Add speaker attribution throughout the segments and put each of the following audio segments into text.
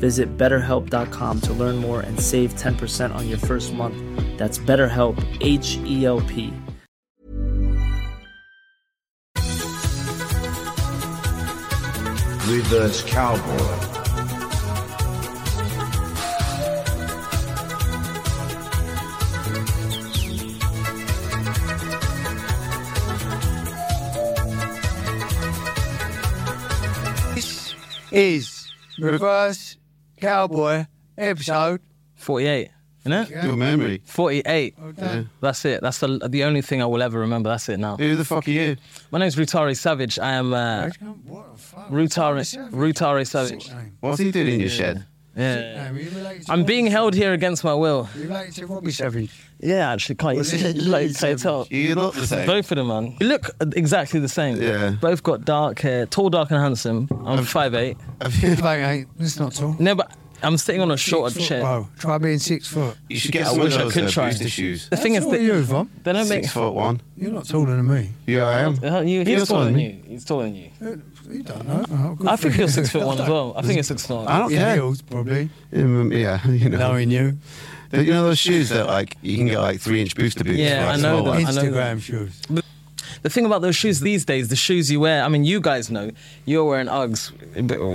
Speaker 1: Visit betterhelp.com to learn more and save 10% on your first month. That's BetterHelp, H E L P.
Speaker 2: Reverse Cowboy.
Speaker 3: This is Reverse Cowboy episode.
Speaker 4: 48, isn't it?
Speaker 2: Your memory.
Speaker 4: 48.
Speaker 2: Yeah.
Speaker 4: That's it. That's the, the only thing I will ever remember. That's it now.
Speaker 2: Who the fuck are you?
Speaker 4: My name's Rutari Savage. I am uh,
Speaker 3: What the fuck?
Speaker 4: Rutari, Rutari Savage.
Speaker 2: What's he doing in your shed?
Speaker 4: Yeah. I'm being held here against my will.
Speaker 3: You like to Robbie Savage?
Speaker 4: Yeah, actually, can't you, like, can't you tell?
Speaker 2: You look the same.
Speaker 4: Both of them, man. You look exactly the same.
Speaker 2: Yeah.
Speaker 4: Both got dark hair, tall, dark, and handsome. I'm 5'8.
Speaker 2: Have you-
Speaker 3: Like, hey, that's not tall.
Speaker 4: No, but I'm sitting on a shorter
Speaker 3: Six foot,
Speaker 4: chair.
Speaker 3: Bro, try being six foot.
Speaker 2: You should get
Speaker 4: I
Speaker 2: some of
Speaker 4: wish I
Speaker 2: those
Speaker 4: could
Speaker 2: uh,
Speaker 4: try.
Speaker 2: booster shoes.
Speaker 4: The thing is,
Speaker 3: That's
Speaker 4: that
Speaker 3: all you, Vom.
Speaker 4: they don't make.
Speaker 2: Six foot one.
Speaker 3: You're not taller than me.
Speaker 2: Yeah, I am.
Speaker 4: Uh, you,
Speaker 2: He
Speaker 4: he's
Speaker 2: looks
Speaker 4: taller
Speaker 2: taller
Speaker 4: than
Speaker 2: than
Speaker 4: you. He's taller than you.
Speaker 3: Uh, You don't know. Oh, good
Speaker 4: I
Speaker 3: for
Speaker 4: think
Speaker 3: you.
Speaker 4: you're six foot one as well. I think you're six foot one.
Speaker 2: I don't
Speaker 3: Yeah,
Speaker 2: care.
Speaker 3: heels, probably.
Speaker 2: Um, yeah, you know.
Speaker 3: Knowing you.
Speaker 2: But you know those shoes that like you can get like three inch booster boots.
Speaker 4: Yeah,
Speaker 2: for, like,
Speaker 4: I know
Speaker 2: small
Speaker 4: that.
Speaker 2: ones?
Speaker 4: know that.
Speaker 3: Instagram shoes.
Speaker 4: The thing about those shoes these days, the shoes you wear, I mean, you guys know, you're wearing Uggs,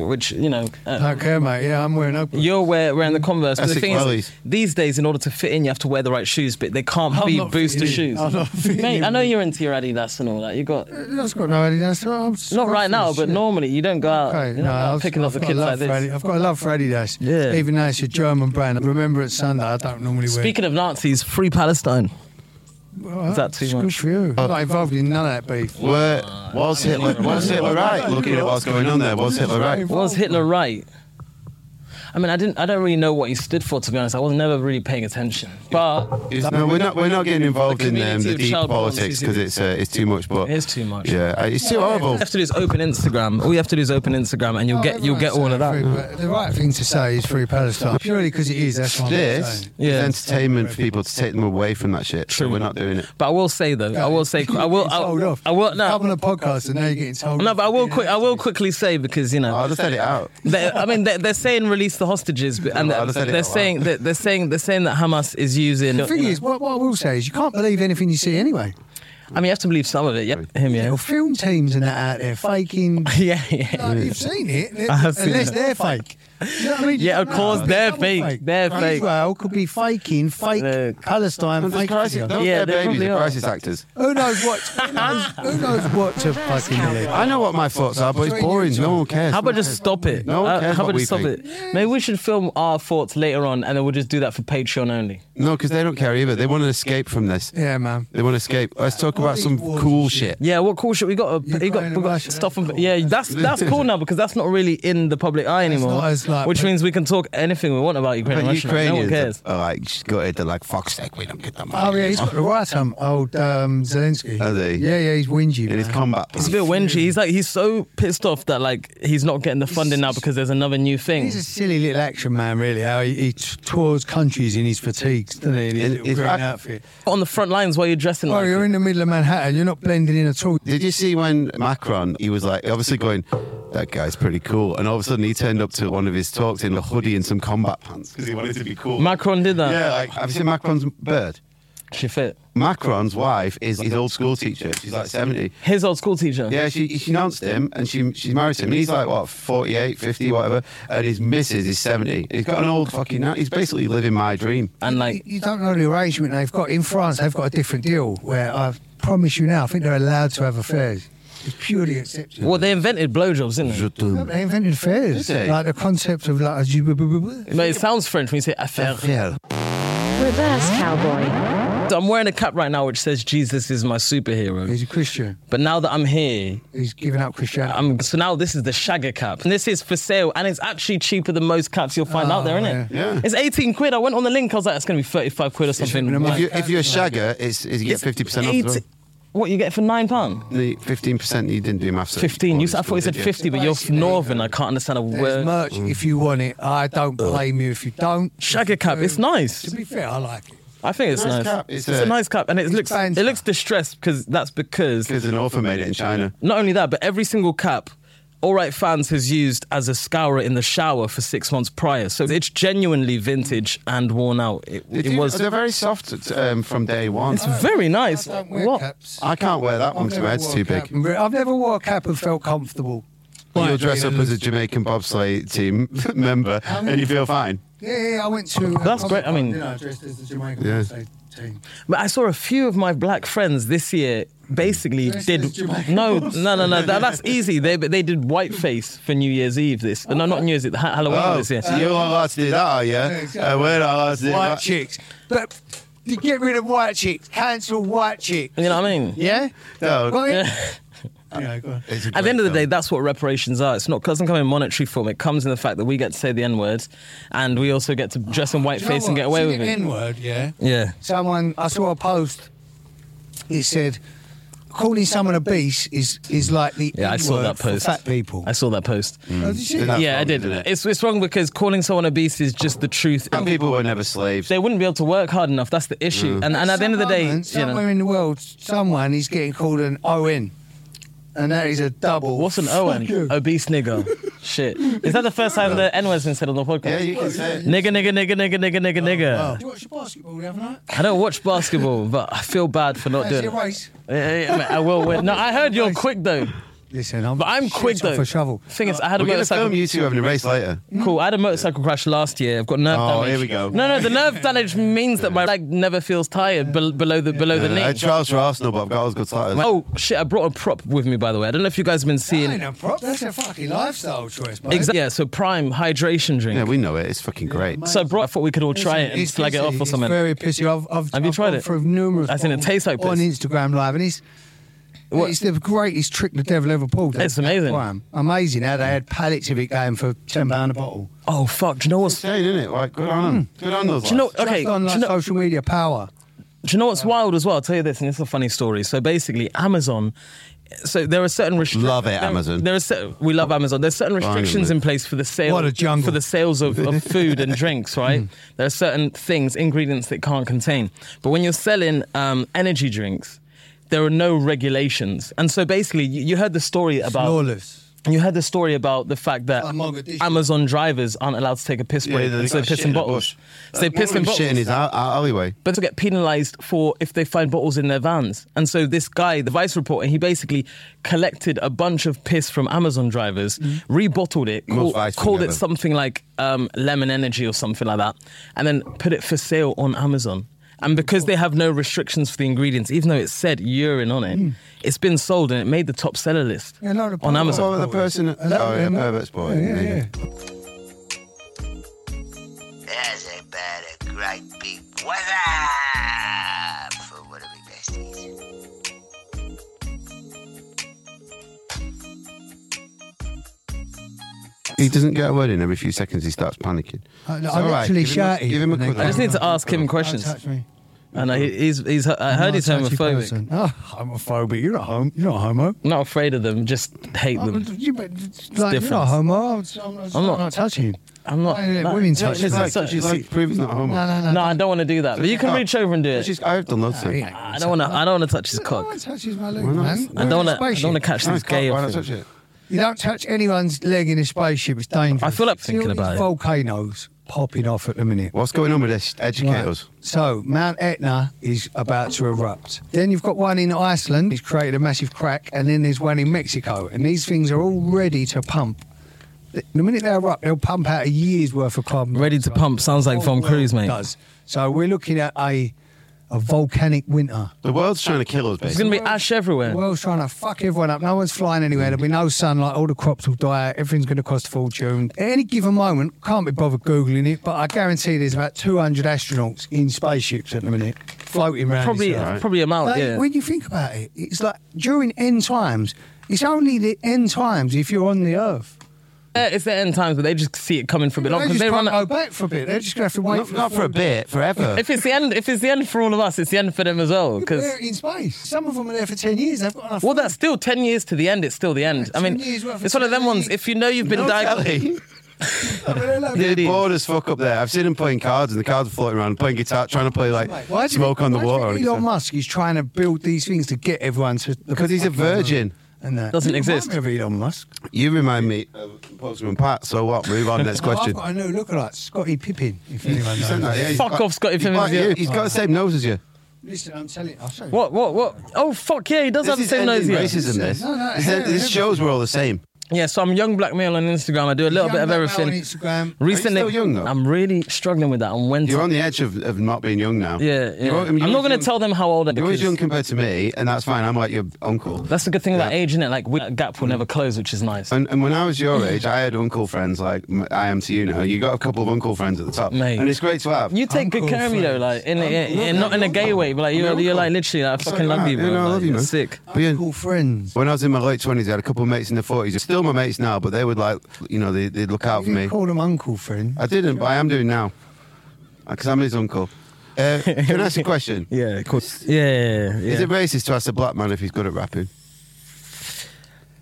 Speaker 4: which, you know, uh,
Speaker 3: Don't care, mate. Yeah, I'm wearing open.
Speaker 4: you're wear, wearing the Converse. But the
Speaker 2: Essex
Speaker 4: thing
Speaker 2: Valleys.
Speaker 4: is, these days, in order to fit in, you have to wear the right shoes, but they can't
Speaker 3: I'm
Speaker 4: be
Speaker 3: not
Speaker 4: booster
Speaker 3: fitting in.
Speaker 4: shoes.
Speaker 3: I'm not fitting
Speaker 4: Mate, I
Speaker 3: in.
Speaker 4: know you're into your Adidas and all that. You got,
Speaker 3: That's got no Adidas. I'm
Speaker 4: not right
Speaker 3: scruffy
Speaker 4: now,
Speaker 3: as
Speaker 4: but
Speaker 3: shit.
Speaker 4: normally Uh, you don't go out,
Speaker 3: Okay,
Speaker 4: you're
Speaker 3: no,
Speaker 4: not out
Speaker 3: I've,
Speaker 4: picking
Speaker 3: I've
Speaker 4: up the
Speaker 3: got
Speaker 4: kids
Speaker 3: a love
Speaker 4: like this.
Speaker 3: for Adi- I've got a love for Adidas.
Speaker 4: Yeah.
Speaker 3: Even though it's a German brand, I remember it Sunday. I don't normally wear.
Speaker 4: Speaking of Nazis, free Palestine.
Speaker 3: well,
Speaker 4: is that too
Speaker 3: it's Good
Speaker 4: much?
Speaker 3: for you. I'm not involved in none of that beef.
Speaker 2: Were, was Hitler was Hitler right? Looking at what's going on there, was Hitler right?
Speaker 4: Was Hitler right? I mean, I didn't. I don't really know what he stood for, to be honest. I was never really paying attention. But
Speaker 2: It's- no, we're not. We're not getting involved in um,
Speaker 4: community
Speaker 2: the
Speaker 4: of
Speaker 2: deep
Speaker 4: child porn
Speaker 2: politics
Speaker 4: season.
Speaker 2: because it's uh, it's too much. But
Speaker 4: It is too much.
Speaker 2: Yeah, uh, it's too horrible.
Speaker 4: all you have to do is open Instagram. All you have to do is open Instagram, and you'll
Speaker 2: Oh,
Speaker 4: get you'll get all of that.
Speaker 3: Free, but the right thing to say is free Palestine purely because it is. That's what I'm
Speaker 2: This
Speaker 3: saying.
Speaker 4: Yeah.
Speaker 2: is entertainment for people to take them away from that shit. So
Speaker 4: True.
Speaker 2: we're not doing it.
Speaker 4: But I will say though, I will say, I will,
Speaker 3: You're
Speaker 4: I,
Speaker 3: getting told off.
Speaker 4: I will,
Speaker 3: Come on
Speaker 4: no,
Speaker 3: a podcast and now you're getting told.
Speaker 4: no,
Speaker 3: off
Speaker 4: but I
Speaker 3: for
Speaker 4: will
Speaker 3: being
Speaker 4: quick, I will
Speaker 3: activist.
Speaker 4: quickly say because you know,
Speaker 2: I'll just edit it out.
Speaker 4: they, I mean, they're, they're saying release the hostages, but, and
Speaker 2: No, I
Speaker 4: they're,
Speaker 2: just said it
Speaker 4: they're
Speaker 2: out loud.
Speaker 4: saying that they're saying they're saying that Hamas is using.
Speaker 3: The thing is, what, what I will say is, you can't believe anything you see anyway.
Speaker 4: I mean, you have to believe some of it. Yeah, him, yeah,
Speaker 3: Little film teams and that out there faking.
Speaker 4: yeah, yeah.
Speaker 3: Like, you've seen it,
Speaker 4: I have seen
Speaker 3: unless
Speaker 4: it.
Speaker 3: they're fake. You know what I mean?
Speaker 4: Yeah, of
Speaker 3: No,
Speaker 4: course, they're
Speaker 3: double
Speaker 4: fake. They're fake.
Speaker 3: Israel could be faking fake
Speaker 4: Look.
Speaker 3: Palestine.
Speaker 2: Those
Speaker 3: Fake
Speaker 2: crisis,
Speaker 3: Israel.
Speaker 2: those
Speaker 4: Yeah,
Speaker 2: yeah,
Speaker 4: they
Speaker 2: babies
Speaker 4: probably
Speaker 2: are
Speaker 4: are.
Speaker 2: crisis actors.
Speaker 3: Who knows what? Who knows, who knows what to fucking believe?
Speaker 2: I know what my thoughts are, but it's boring. No one cares.
Speaker 4: How about just stop it?
Speaker 2: No one
Speaker 4: Uh,
Speaker 2: cares
Speaker 4: how
Speaker 2: what
Speaker 4: about
Speaker 2: we
Speaker 4: just stop
Speaker 2: think.
Speaker 4: it? Maybe we should film our thoughts later on, and then we'll just do that for Patreon only.
Speaker 2: No, because they don't care either. They want to escape from this.
Speaker 3: Yeah, man.
Speaker 2: They want to escape. Let's talk about some
Speaker 3: Wars
Speaker 2: cool
Speaker 3: and
Speaker 2: shit.
Speaker 4: Yeah, what cool shit we got?
Speaker 3: Ukraine
Speaker 4: We got,
Speaker 3: and
Speaker 4: we got
Speaker 3: Russia,
Speaker 4: stuff
Speaker 3: that's
Speaker 4: on.
Speaker 3: cool.
Speaker 4: Yeah, that's that's cool now because that's not really in the public eye anymore.
Speaker 3: not as, like,
Speaker 4: which
Speaker 3: but-
Speaker 4: means we can talk anything we want about Ukraine. and
Speaker 2: But
Speaker 4: Russia. no one
Speaker 2: Ukrainians
Speaker 4: cares.
Speaker 2: are like just gutted. They're like, "Fuck's sake, we don't get that money."
Speaker 3: Oh yeah, he's got the right um, old um, Zelensky.
Speaker 2: Has he?
Speaker 3: Yeah, yeah, he's whingy.
Speaker 2: in his
Speaker 3: man.
Speaker 2: combat.
Speaker 4: He's a
Speaker 2: pants.
Speaker 4: bit whingy. He's like he's so pissed off that like he's not getting the funding now because there's another new thing.
Speaker 3: He's a silly little action man, really. How he, he t- tours countries in his fatigues, doesn't he? In his
Speaker 2: In-
Speaker 3: little
Speaker 2: in
Speaker 3: green
Speaker 2: fact-
Speaker 3: outfit.
Speaker 4: On the front lines while you're dressing
Speaker 3: Oh,
Speaker 4: like.
Speaker 3: you're
Speaker 4: it.
Speaker 3: in the middle of Manhattan. You're not blending in at all.
Speaker 2: Did you see when Macron? He was like, obviously going, that guy's pretty cool. And all of a sudden, he turned up to one of his talks in a hoodie and some combat pants because he wanted to be cool.
Speaker 4: Macron did that.
Speaker 2: yeah, like, have you seen Macron's bird?
Speaker 4: She fit.
Speaker 2: Macron's wife is his old school teacher. She's like 70.
Speaker 4: His old school teacher.
Speaker 2: Yeah, she, she announced him and she she married him. And he's like, what, 48, 50, whatever. And his missus is 70. He's got an old fucking. na- He's basically living my dream.
Speaker 4: And like,
Speaker 3: You don't know the arrangement they've got. In France, they've got a different deal where I promise you now, I think they're allowed to have affairs. It's purely accepted.
Speaker 4: well, they invented blowjobs, didn't they?
Speaker 3: No, They invented affairs.
Speaker 2: Did they?
Speaker 3: Like the concept of like a.
Speaker 4: But it sounds French when you say affaire.
Speaker 2: Yeah.
Speaker 5: Reverse cowboy.
Speaker 4: So I'm wearing a cap right now which says Jesus is my superhero.
Speaker 3: He's a Christian.
Speaker 4: But now that I'm here,
Speaker 3: He's giving up Christianity.
Speaker 4: I'm, Um, so now this is the Shagger cap. And this is for sale and it's actually cheaper than most caps you'll find out there, isn't
Speaker 2: Yeah. Yeah.
Speaker 4: it? It's 18 quid. I went on the link, I was like, it's going to be 35 quid or something.
Speaker 3: been a
Speaker 2: If,
Speaker 3: month.
Speaker 2: you, if you're a shagger, it's, it's you get 50% off the
Speaker 4: Eight- What, you get it for £9? pound?
Speaker 2: The 15% you didn't do maths. at
Speaker 4: 15. You, I thought
Speaker 2: school,
Speaker 4: you said
Speaker 2: did
Speaker 4: 50, but you're northern. I can't understand a
Speaker 3: There's
Speaker 4: word.
Speaker 3: merch if you want it. I don't
Speaker 2: Oh.
Speaker 3: blame you if you don't.
Speaker 4: Shagger cap, it's nice.
Speaker 3: To be fair, I like it.
Speaker 4: I think it's
Speaker 2: Nice
Speaker 4: nice.
Speaker 2: cap.
Speaker 4: It's,
Speaker 2: It's
Speaker 4: a,
Speaker 2: a-
Speaker 4: nice cup, and it
Speaker 3: it's
Speaker 4: looks
Speaker 3: banter.
Speaker 4: it looks distressed because that's because
Speaker 2: Because an author made it in China.
Speaker 4: not only that, but every single cap. All Right Fans has used as a scourer in the shower for six months prior. So it's genuinely vintage and worn out. It,
Speaker 2: They
Speaker 4: it
Speaker 2: do-
Speaker 4: was.
Speaker 2: They're very soft um, from day one.
Speaker 4: It's very nice.
Speaker 3: I don't wear
Speaker 4: What?
Speaker 3: caps.
Speaker 2: I can't wear that one.
Speaker 3: I've
Speaker 2: Too
Speaker 3: never
Speaker 2: head's
Speaker 3: wore
Speaker 2: too
Speaker 3: a cap
Speaker 2: big.
Speaker 3: and re- I've never wore a cap and felt comfortable.
Speaker 2: You'll dress up as a Jamaican bobsleigh team member and you feel fine.
Speaker 3: Yeah, yeah, I went to. Uh,
Speaker 4: That's great, I mean-
Speaker 3: you know, dressed as the Jamaican
Speaker 2: Yeah.
Speaker 3: bobsleigh team.
Speaker 4: But I saw a few of my black friends this year basically
Speaker 3: Dressed
Speaker 4: did
Speaker 3: as Jamaican
Speaker 4: no no no no that, that's easy they but they did whiteface for New Year's Eve this no not New Year's Eve Ha- Halloween
Speaker 2: Oh,
Speaker 4: this year
Speaker 2: so you're not allowed to do that, are you? Uh, we're not allowed to do
Speaker 3: White
Speaker 2: that.
Speaker 3: chicks. But you get rid of white chicks. Cancel white chicks.
Speaker 4: you know what I mean
Speaker 3: Yeah?
Speaker 2: No.
Speaker 3: Got it?
Speaker 4: Yeah.
Speaker 3: Yeah, go on.
Speaker 2: It's a
Speaker 4: At the end of the day,
Speaker 2: great
Speaker 4: that's what reparations are. It's not doesn't come in monetary form. It comes in the fact that we get to say the N word, and we also get to dress in white
Speaker 3: Do you know
Speaker 4: face and
Speaker 3: what?
Speaker 4: get away
Speaker 3: See
Speaker 4: with
Speaker 3: the
Speaker 4: it.
Speaker 3: N word, yeah?
Speaker 4: yeah,
Speaker 3: Someone, I saw a post. It said, calling someone obese is, is like the
Speaker 4: yeah. I saw
Speaker 3: N-word
Speaker 4: that
Speaker 3: for
Speaker 4: post.
Speaker 3: fat people.
Speaker 4: I saw that post.
Speaker 3: Oh, did you see
Speaker 2: Did
Speaker 3: that?
Speaker 2: That's
Speaker 4: yeah, I
Speaker 2: wrong,
Speaker 4: did.
Speaker 2: isn't it?
Speaker 4: It's it's wrong because calling someone obese is just the truth.
Speaker 2: film. Some people were never slaves.
Speaker 4: They wouldn't be able to work hard enough. That's the issue. And and at the end of the day,
Speaker 3: Someone-
Speaker 4: you
Speaker 3: somewhere
Speaker 4: know,
Speaker 3: in the world, someone is getting called an ON, and that is a double.
Speaker 4: what's an
Speaker 3: Fuck you.
Speaker 4: Owen? Obese nigger. Shit. Is that the first time the N word's been said on the podcast?
Speaker 2: yeah, you can say it.
Speaker 4: Nigger, nigger, nigger, nigger,
Speaker 3: Oh,
Speaker 4: nigger, nigger, nigger.
Speaker 3: Did you watch the basketball the other night?
Speaker 4: I don't watch basketball, but I feel bad for not
Speaker 3: That's
Speaker 4: doing
Speaker 3: your
Speaker 4: it.
Speaker 3: race.
Speaker 4: Yeah, yeah, mate, I will win. No, I heard you're quick though.
Speaker 3: Listen, I'm,
Speaker 4: But I'm quick
Speaker 3: shit off
Speaker 4: though.
Speaker 3: a shovel.
Speaker 4: Thing is, I had a
Speaker 2: We're going to
Speaker 4: motorcycle.
Speaker 2: film you two having a race later.
Speaker 4: Cool. I had a motorcycle crash last year. I've got nerve
Speaker 2: Oh,
Speaker 4: damage.
Speaker 2: here we go.
Speaker 4: No, no, the nerve damage means that my leg never feels tired bel below the below the
Speaker 2: Uh, I had
Speaker 4: knee.
Speaker 2: trials for Arsenal, but I've got as good starters.
Speaker 4: Oh shit! I brought a prop with me, by the way. I don't know if you guys have been
Speaker 3: That
Speaker 4: seeing.
Speaker 3: ain't a prop. That's a fucking lifestyle choice, mate.
Speaker 4: Exactly. Yeah. So prime hydration drink.
Speaker 2: Yeah, we know it. It's fucking great.
Speaker 4: so I brought. I thought we could all try it and
Speaker 3: It's
Speaker 4: slag it
Speaker 3: pissy.
Speaker 4: off or
Speaker 3: It's
Speaker 4: something.
Speaker 3: very pissy. I've, I've,
Speaker 4: Have you
Speaker 3: I've
Speaker 4: tried
Speaker 3: gone
Speaker 4: it?
Speaker 3: Through numerous.
Speaker 4: As in it
Speaker 3: bottles
Speaker 4: tastes like
Speaker 3: on
Speaker 4: piss.
Speaker 3: Instagram Live, and it's.
Speaker 4: What-
Speaker 3: It's the greatest trick the devil ever pulled.
Speaker 4: It's amazing.
Speaker 3: Wow. Amazing how they had pallets of it going for ten pound a bottle.
Speaker 4: oh fuck! Do you know what's?
Speaker 2: Insane, isn't it? Like, good on 'em. Good on those
Speaker 4: Hmm. Do you know?
Speaker 2: lads.
Speaker 4: Okay.
Speaker 3: Just on
Speaker 4: Do
Speaker 3: like,
Speaker 4: you know,
Speaker 3: social media power.
Speaker 4: Do you know what's wild as well? I'll tell you this, and it's a funny story. So basically, Amazon. So there are certain restrictions.
Speaker 2: Love it, Amazon.
Speaker 4: There are cer- we love Amazon. There's certain restrictions in place for the sale
Speaker 3: Oh. What a jungle. Hmm.
Speaker 4: for the sales of, of food and drinks, right? There are certain things, ingredients that can't contain. But when you're selling um, energy drinks, there are no regulations. And so basically, you, you heard the story about
Speaker 3: Lawless.
Speaker 4: you heard the story about the fact that
Speaker 3: Like Mogadishu.
Speaker 4: Amazon drivers aren't allowed to take a piss break,
Speaker 2: they
Speaker 4: so they
Speaker 2: got
Speaker 4: piss
Speaker 2: shit
Speaker 4: in
Speaker 2: in the
Speaker 4: bottles.
Speaker 2: bush.
Speaker 4: So they
Speaker 2: One of
Speaker 4: piss in
Speaker 2: them
Speaker 4: bottles
Speaker 2: shit in his al- al- alleyway.
Speaker 4: but to get penalised for if they find bottles in their vans. And so this guy, the Vice reporter, he basically collected a bunch of piss from Amazon drivers,
Speaker 3: Mm-hmm.
Speaker 4: rebottled it,
Speaker 2: Most
Speaker 4: call,
Speaker 2: Vice thing
Speaker 4: called it
Speaker 2: ever.
Speaker 4: something like um, Lemon Energy or something like that, and then put it for sale on Amazon. And because they have no restrictions for the ingredients, even though it said urine on it, it's been sold and it made the top seller list
Speaker 3: Mm. Yeah, not a-
Speaker 4: on
Speaker 2: What
Speaker 4: Amazon.
Speaker 2: about the person? Oh,
Speaker 3: that
Speaker 2: yeah,
Speaker 3: them?
Speaker 2: pervert's boy.
Speaker 3: Yeah,
Speaker 2: maybe.
Speaker 3: yeah.
Speaker 6: There's a bad, a great big what's up for one of my besties.
Speaker 2: He doesn't get a word in every few seconds. He starts panicking.
Speaker 4: Uh,
Speaker 3: I- I
Speaker 2: It's all right.
Speaker 3: literally
Speaker 2: Give him a-
Speaker 3: shouted
Speaker 2: Give him a
Speaker 3: and then-
Speaker 2: quick.
Speaker 4: I just need to ask him
Speaker 3: Don't
Speaker 4: questions.
Speaker 3: touch me.
Speaker 4: I know he- he's, he's, uh, I heard he's
Speaker 3: Not a touchy
Speaker 4: homophobic.
Speaker 3: person. Oh, homophobic. You're not home. You're not homo.
Speaker 4: Not afraid of them, just hate them.
Speaker 3: You, Oh, but, it's like, you're
Speaker 4: different.
Speaker 3: not homo. I'm, not- I'm, not- I'm
Speaker 4: not-
Speaker 3: not, touching. you.
Speaker 4: I'm not.
Speaker 3: Why let
Speaker 4: no.
Speaker 3: women touch
Speaker 2: She's
Speaker 3: me?
Speaker 2: like, she's like, prove he's not a homo.
Speaker 3: No, no, no.
Speaker 4: No, I don't want to do that. But you can
Speaker 2: Oh.
Speaker 4: reach over and do it.
Speaker 2: She's, I've done loads of things.
Speaker 3: Yeah.
Speaker 4: I don't want to. I don't want to touch his
Speaker 3: No
Speaker 4: cock.
Speaker 3: one touches my leg,
Speaker 2: not?
Speaker 3: man.
Speaker 4: I don't want to. I
Speaker 3: Spaceship.
Speaker 4: don't want to catch
Speaker 2: No,
Speaker 4: this
Speaker 2: can't-
Speaker 4: gay
Speaker 2: why
Speaker 4: off.
Speaker 2: not touch
Speaker 4: him.
Speaker 2: it?
Speaker 3: You don't touch anyone's leg in a spaceship. It's dangerous.
Speaker 4: I feel like
Speaker 3: See all
Speaker 4: thinking
Speaker 3: these
Speaker 4: about it.
Speaker 3: volcanoes popping off at the minute.
Speaker 2: What's going on with this? Educate
Speaker 3: Right.
Speaker 2: us.
Speaker 3: So Mount Etna is about to erupt. Then you've got one in Iceland. It's created a massive crack, and then there's one in Mexico. And these things are all ready to pump. The the minute they erupt, they'll pump out a year's worth of carbon.
Speaker 4: Ready to
Speaker 3: dioxide.
Speaker 4: pump sounds like
Speaker 3: Whole
Speaker 4: Von
Speaker 3: world
Speaker 4: Cruise, mate.
Speaker 3: Oh, Does so we're looking at a a volcanic winter.
Speaker 2: The world's trying to kill us,
Speaker 4: There's
Speaker 2: basically.
Speaker 4: gonna be ash everywhere.
Speaker 3: The world's trying to fuck everyone up. No one's flying anywhere. There'll be no sunlight. All the crops will die out. Everything's going to cost a fortune. At any given moment, can't be bothered Googling it, but I guarantee there's about 200 astronauts in spaceships at the minute floating around.
Speaker 4: Probably,
Speaker 3: this earth.
Speaker 4: probably a mount.
Speaker 3: Like,
Speaker 4: yeah.
Speaker 3: When you think about it, it's like during end times, it's only the end times if you're on the earth.
Speaker 4: Yeah, it's the end times, but they just see it coming for a bit
Speaker 3: They
Speaker 4: longer
Speaker 3: just
Speaker 4: because they
Speaker 3: can't go
Speaker 4: run.
Speaker 3: back for a bit. They're just going to have to wait
Speaker 2: Not,
Speaker 3: for
Speaker 2: not for a bit, forever.
Speaker 4: If it's the end, if it's the end for all of us, it's the end for them as well.
Speaker 3: They're
Speaker 4: Because
Speaker 3: in space. Some of them are there for 10 years. They've got enough.
Speaker 4: well, that's still ten years to the end. It's still the end.
Speaker 3: 10
Speaker 4: I mean,
Speaker 3: years worth of
Speaker 4: it's one of them ones. If you know you've been
Speaker 2: No
Speaker 4: diagnosed,
Speaker 2: telly.
Speaker 3: Why
Speaker 2: They're
Speaker 4: Dude.
Speaker 2: bored as fuck up there. I've seen them playing cards, and the cards are floating around, playing guitar, trying to play like
Speaker 3: do you
Speaker 2: smoke
Speaker 3: think-
Speaker 2: on the
Speaker 3: why do you
Speaker 2: water.
Speaker 3: think
Speaker 2: and
Speaker 3: Elon
Speaker 2: stuff.
Speaker 3: Musk is trying to build these things to get everyone to
Speaker 2: Because he's a virgin.
Speaker 3: and that
Speaker 4: Doesn't
Speaker 3: You remind
Speaker 4: exist.
Speaker 3: me of Elon Musk.
Speaker 2: You remind me of Postman Pat. So what? Move on. Next
Speaker 3: Oh, I've
Speaker 2: question.
Speaker 3: got a new lookalike, Scotty Pippin. If anyone
Speaker 2: You
Speaker 3: knows.
Speaker 2: sent that, yeah, he's
Speaker 4: Fuck
Speaker 2: got-
Speaker 4: off, Scotty
Speaker 2: he's
Speaker 4: Pimmins,
Speaker 2: like you.
Speaker 4: yeah.
Speaker 2: He's got the same nose as you.
Speaker 3: Listen, I'm telling. I'll show you.
Speaker 4: what, what, what? Oh fuck yeah, he does have the
Speaker 2: is
Speaker 4: same nose.
Speaker 2: ending
Speaker 4: Yeah.
Speaker 2: Racism. This.
Speaker 3: No, no,
Speaker 2: this,
Speaker 3: yeah,
Speaker 2: this
Speaker 3: yeah.
Speaker 2: shows we're all the same.
Speaker 4: yeah, so I'm young black male on Instagram. I do a little
Speaker 3: Young
Speaker 4: bit
Speaker 3: Black
Speaker 4: of
Speaker 3: Male
Speaker 4: everything.
Speaker 3: on Instagram.
Speaker 4: Recently,
Speaker 2: Are you still young, though?
Speaker 4: I'm really struggling with that. I'm when
Speaker 2: You're on the edge of, of not being young now.
Speaker 4: yeah, yeah.
Speaker 2: You're- I mean,
Speaker 4: I'm
Speaker 2: you're
Speaker 4: not gonna
Speaker 2: young-
Speaker 4: tell them how old I am.
Speaker 2: You're always
Speaker 4: because-
Speaker 2: young compared to me, and that's fine. I'm like your uncle.
Speaker 4: That's the good thing about
Speaker 2: Yeah. Mm.
Speaker 4: age, isn't it? Like we, that gap will never close, which is nice.
Speaker 2: And, and when I was your age, I had uncle friends like m- I am to you now. You got a couple of uncle friends at the top,
Speaker 4: Mate.
Speaker 2: and it's great to have.
Speaker 4: You take good
Speaker 3: Uncle
Speaker 4: care of me though,
Speaker 3: friends.
Speaker 4: like in, in,
Speaker 3: Uncle-
Speaker 4: in- not in a gay way, but like you're,
Speaker 2: Uncle.
Speaker 4: you're like literally, like, I fucking love you, bro.
Speaker 2: Yeah, no, I
Speaker 4: like,
Speaker 2: love you,
Speaker 4: you're
Speaker 2: man.
Speaker 4: Sick.
Speaker 2: But yeah,
Speaker 3: Cool friends.
Speaker 2: when I was in my late twenties, I had a couple of mates in their forties. Still my mates now, but they would like, you know, they, they'd look out for
Speaker 3: You
Speaker 2: me.
Speaker 3: call them uncle friend.
Speaker 2: I didn't, but I am doing now because I'm his uncle. Uh, can I ask a question?
Speaker 4: Yeah, of course. Yeah, yeah, yeah,
Speaker 2: Is
Speaker 4: yeah.
Speaker 2: it racist to ask a black man if he's good at rapping?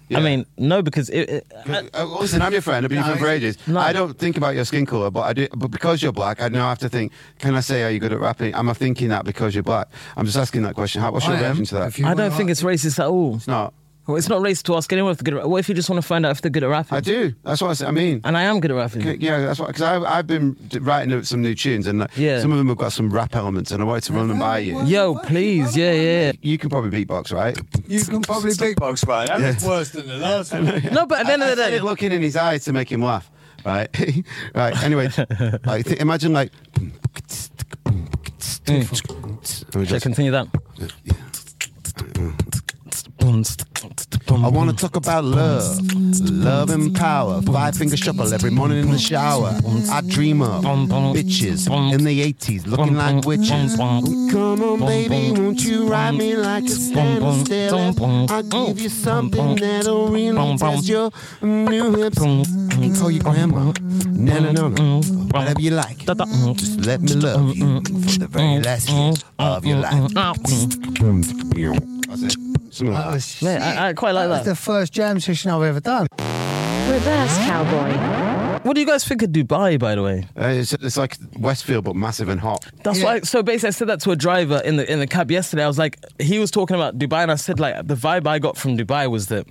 Speaker 2: Yeah.
Speaker 4: I mean, no, because it, it, I,
Speaker 2: Uh, listen, I'm your friend. I've been your friend for ages.
Speaker 4: No.
Speaker 2: I don't think about your skin color, but I do. But because you're black, I now have to think: Can I say are you good at rapping? Am I thinking that because you're black? I'm just asking that question. How, what's your
Speaker 3: I am,
Speaker 2: reaction to that?
Speaker 3: if you
Speaker 4: I don't
Speaker 3: wanna-
Speaker 4: think it's racist at all.
Speaker 2: it's not.
Speaker 4: Well, it's not racist to ask anyone if they're good. At, what if you just want to find out if they're good at rapping?
Speaker 2: I do. That's what I, say. I mean.
Speaker 4: and I am good at rapping.
Speaker 2: C- Yeah, that's what. Because I've been d- writing up some new tunes, and like,
Speaker 4: Yeah.
Speaker 2: some of them have got some rap elements, and I wanted to run them by you.
Speaker 4: Yo, please, yeah, yeah.
Speaker 2: You can probably beatbox, right?
Speaker 3: You can probably beatbox, right? That was worse than the last one.
Speaker 4: No, but at the end of the
Speaker 2: I said
Speaker 4: day,
Speaker 2: it looking in his eyes to make him laugh. Right, right. Anyway, like, th- imagine like. Let me
Speaker 4: Should I
Speaker 2: just-
Speaker 4: continue that?
Speaker 2: I want to talk about love, love and power. Five finger shuffle every morning in the shower. I dream of bitches in the 80s looking like witches. Come on, baby, won't you ride me like a standing still? I'll give you something that'll really test your new hips. Call your grandma. No, no, no, no. Whatever you like. Just let me love you for the very last year of your
Speaker 4: Mm,
Speaker 2: life. That's it. Something like
Speaker 3: That
Speaker 2: that.
Speaker 3: was
Speaker 4: Mate,
Speaker 3: sick.
Speaker 4: I, I quite like
Speaker 3: That was
Speaker 4: that.
Speaker 3: the first jam session I've ever done.
Speaker 5: Reverse cowboy.
Speaker 4: What do you guys think of Dubai, by the way?
Speaker 2: Uh, it's, it's like Westfield, but massive and hot.
Speaker 4: That's
Speaker 3: Yeah.
Speaker 4: why. So basically, I said that to a driver in the in the cab yesterday. I was like, he was talking about Dubai, and I said like the vibe I got from Dubai was that.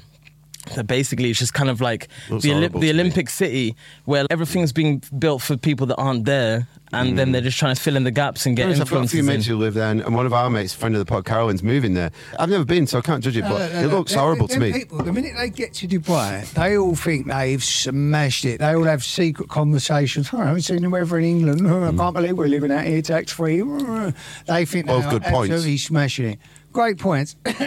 Speaker 4: That basically it's just kind of like
Speaker 2: Looks
Speaker 4: the, Oli-
Speaker 2: horrible
Speaker 4: the
Speaker 2: to me.
Speaker 4: Olympic city where everything's being built for people that aren't there, and then they're just trying to fill in the gaps and get
Speaker 2: I've got Mm. a
Speaker 4: influences.
Speaker 2: few mates
Speaker 4: in.
Speaker 2: who live there, and, and one of our mates, friend of the pod, Carolyn's moving there. I've never been, so I can't judge it, but
Speaker 3: No,
Speaker 4: Uh,
Speaker 3: no,
Speaker 2: it
Speaker 3: no, no.
Speaker 2: looks
Speaker 3: Them-
Speaker 2: horrible to
Speaker 3: them
Speaker 2: me.
Speaker 3: People, uh, the minute they get to Dubai, they all think they've smashed it. They all have secret conversations. Oh, I haven't seen the weather in England. Oh,
Speaker 2: Mm.
Speaker 3: I can't believe we're living out here tax free. They think
Speaker 2: Both
Speaker 3: they're
Speaker 2: good points.
Speaker 3: absolutely smashing it. Great points. but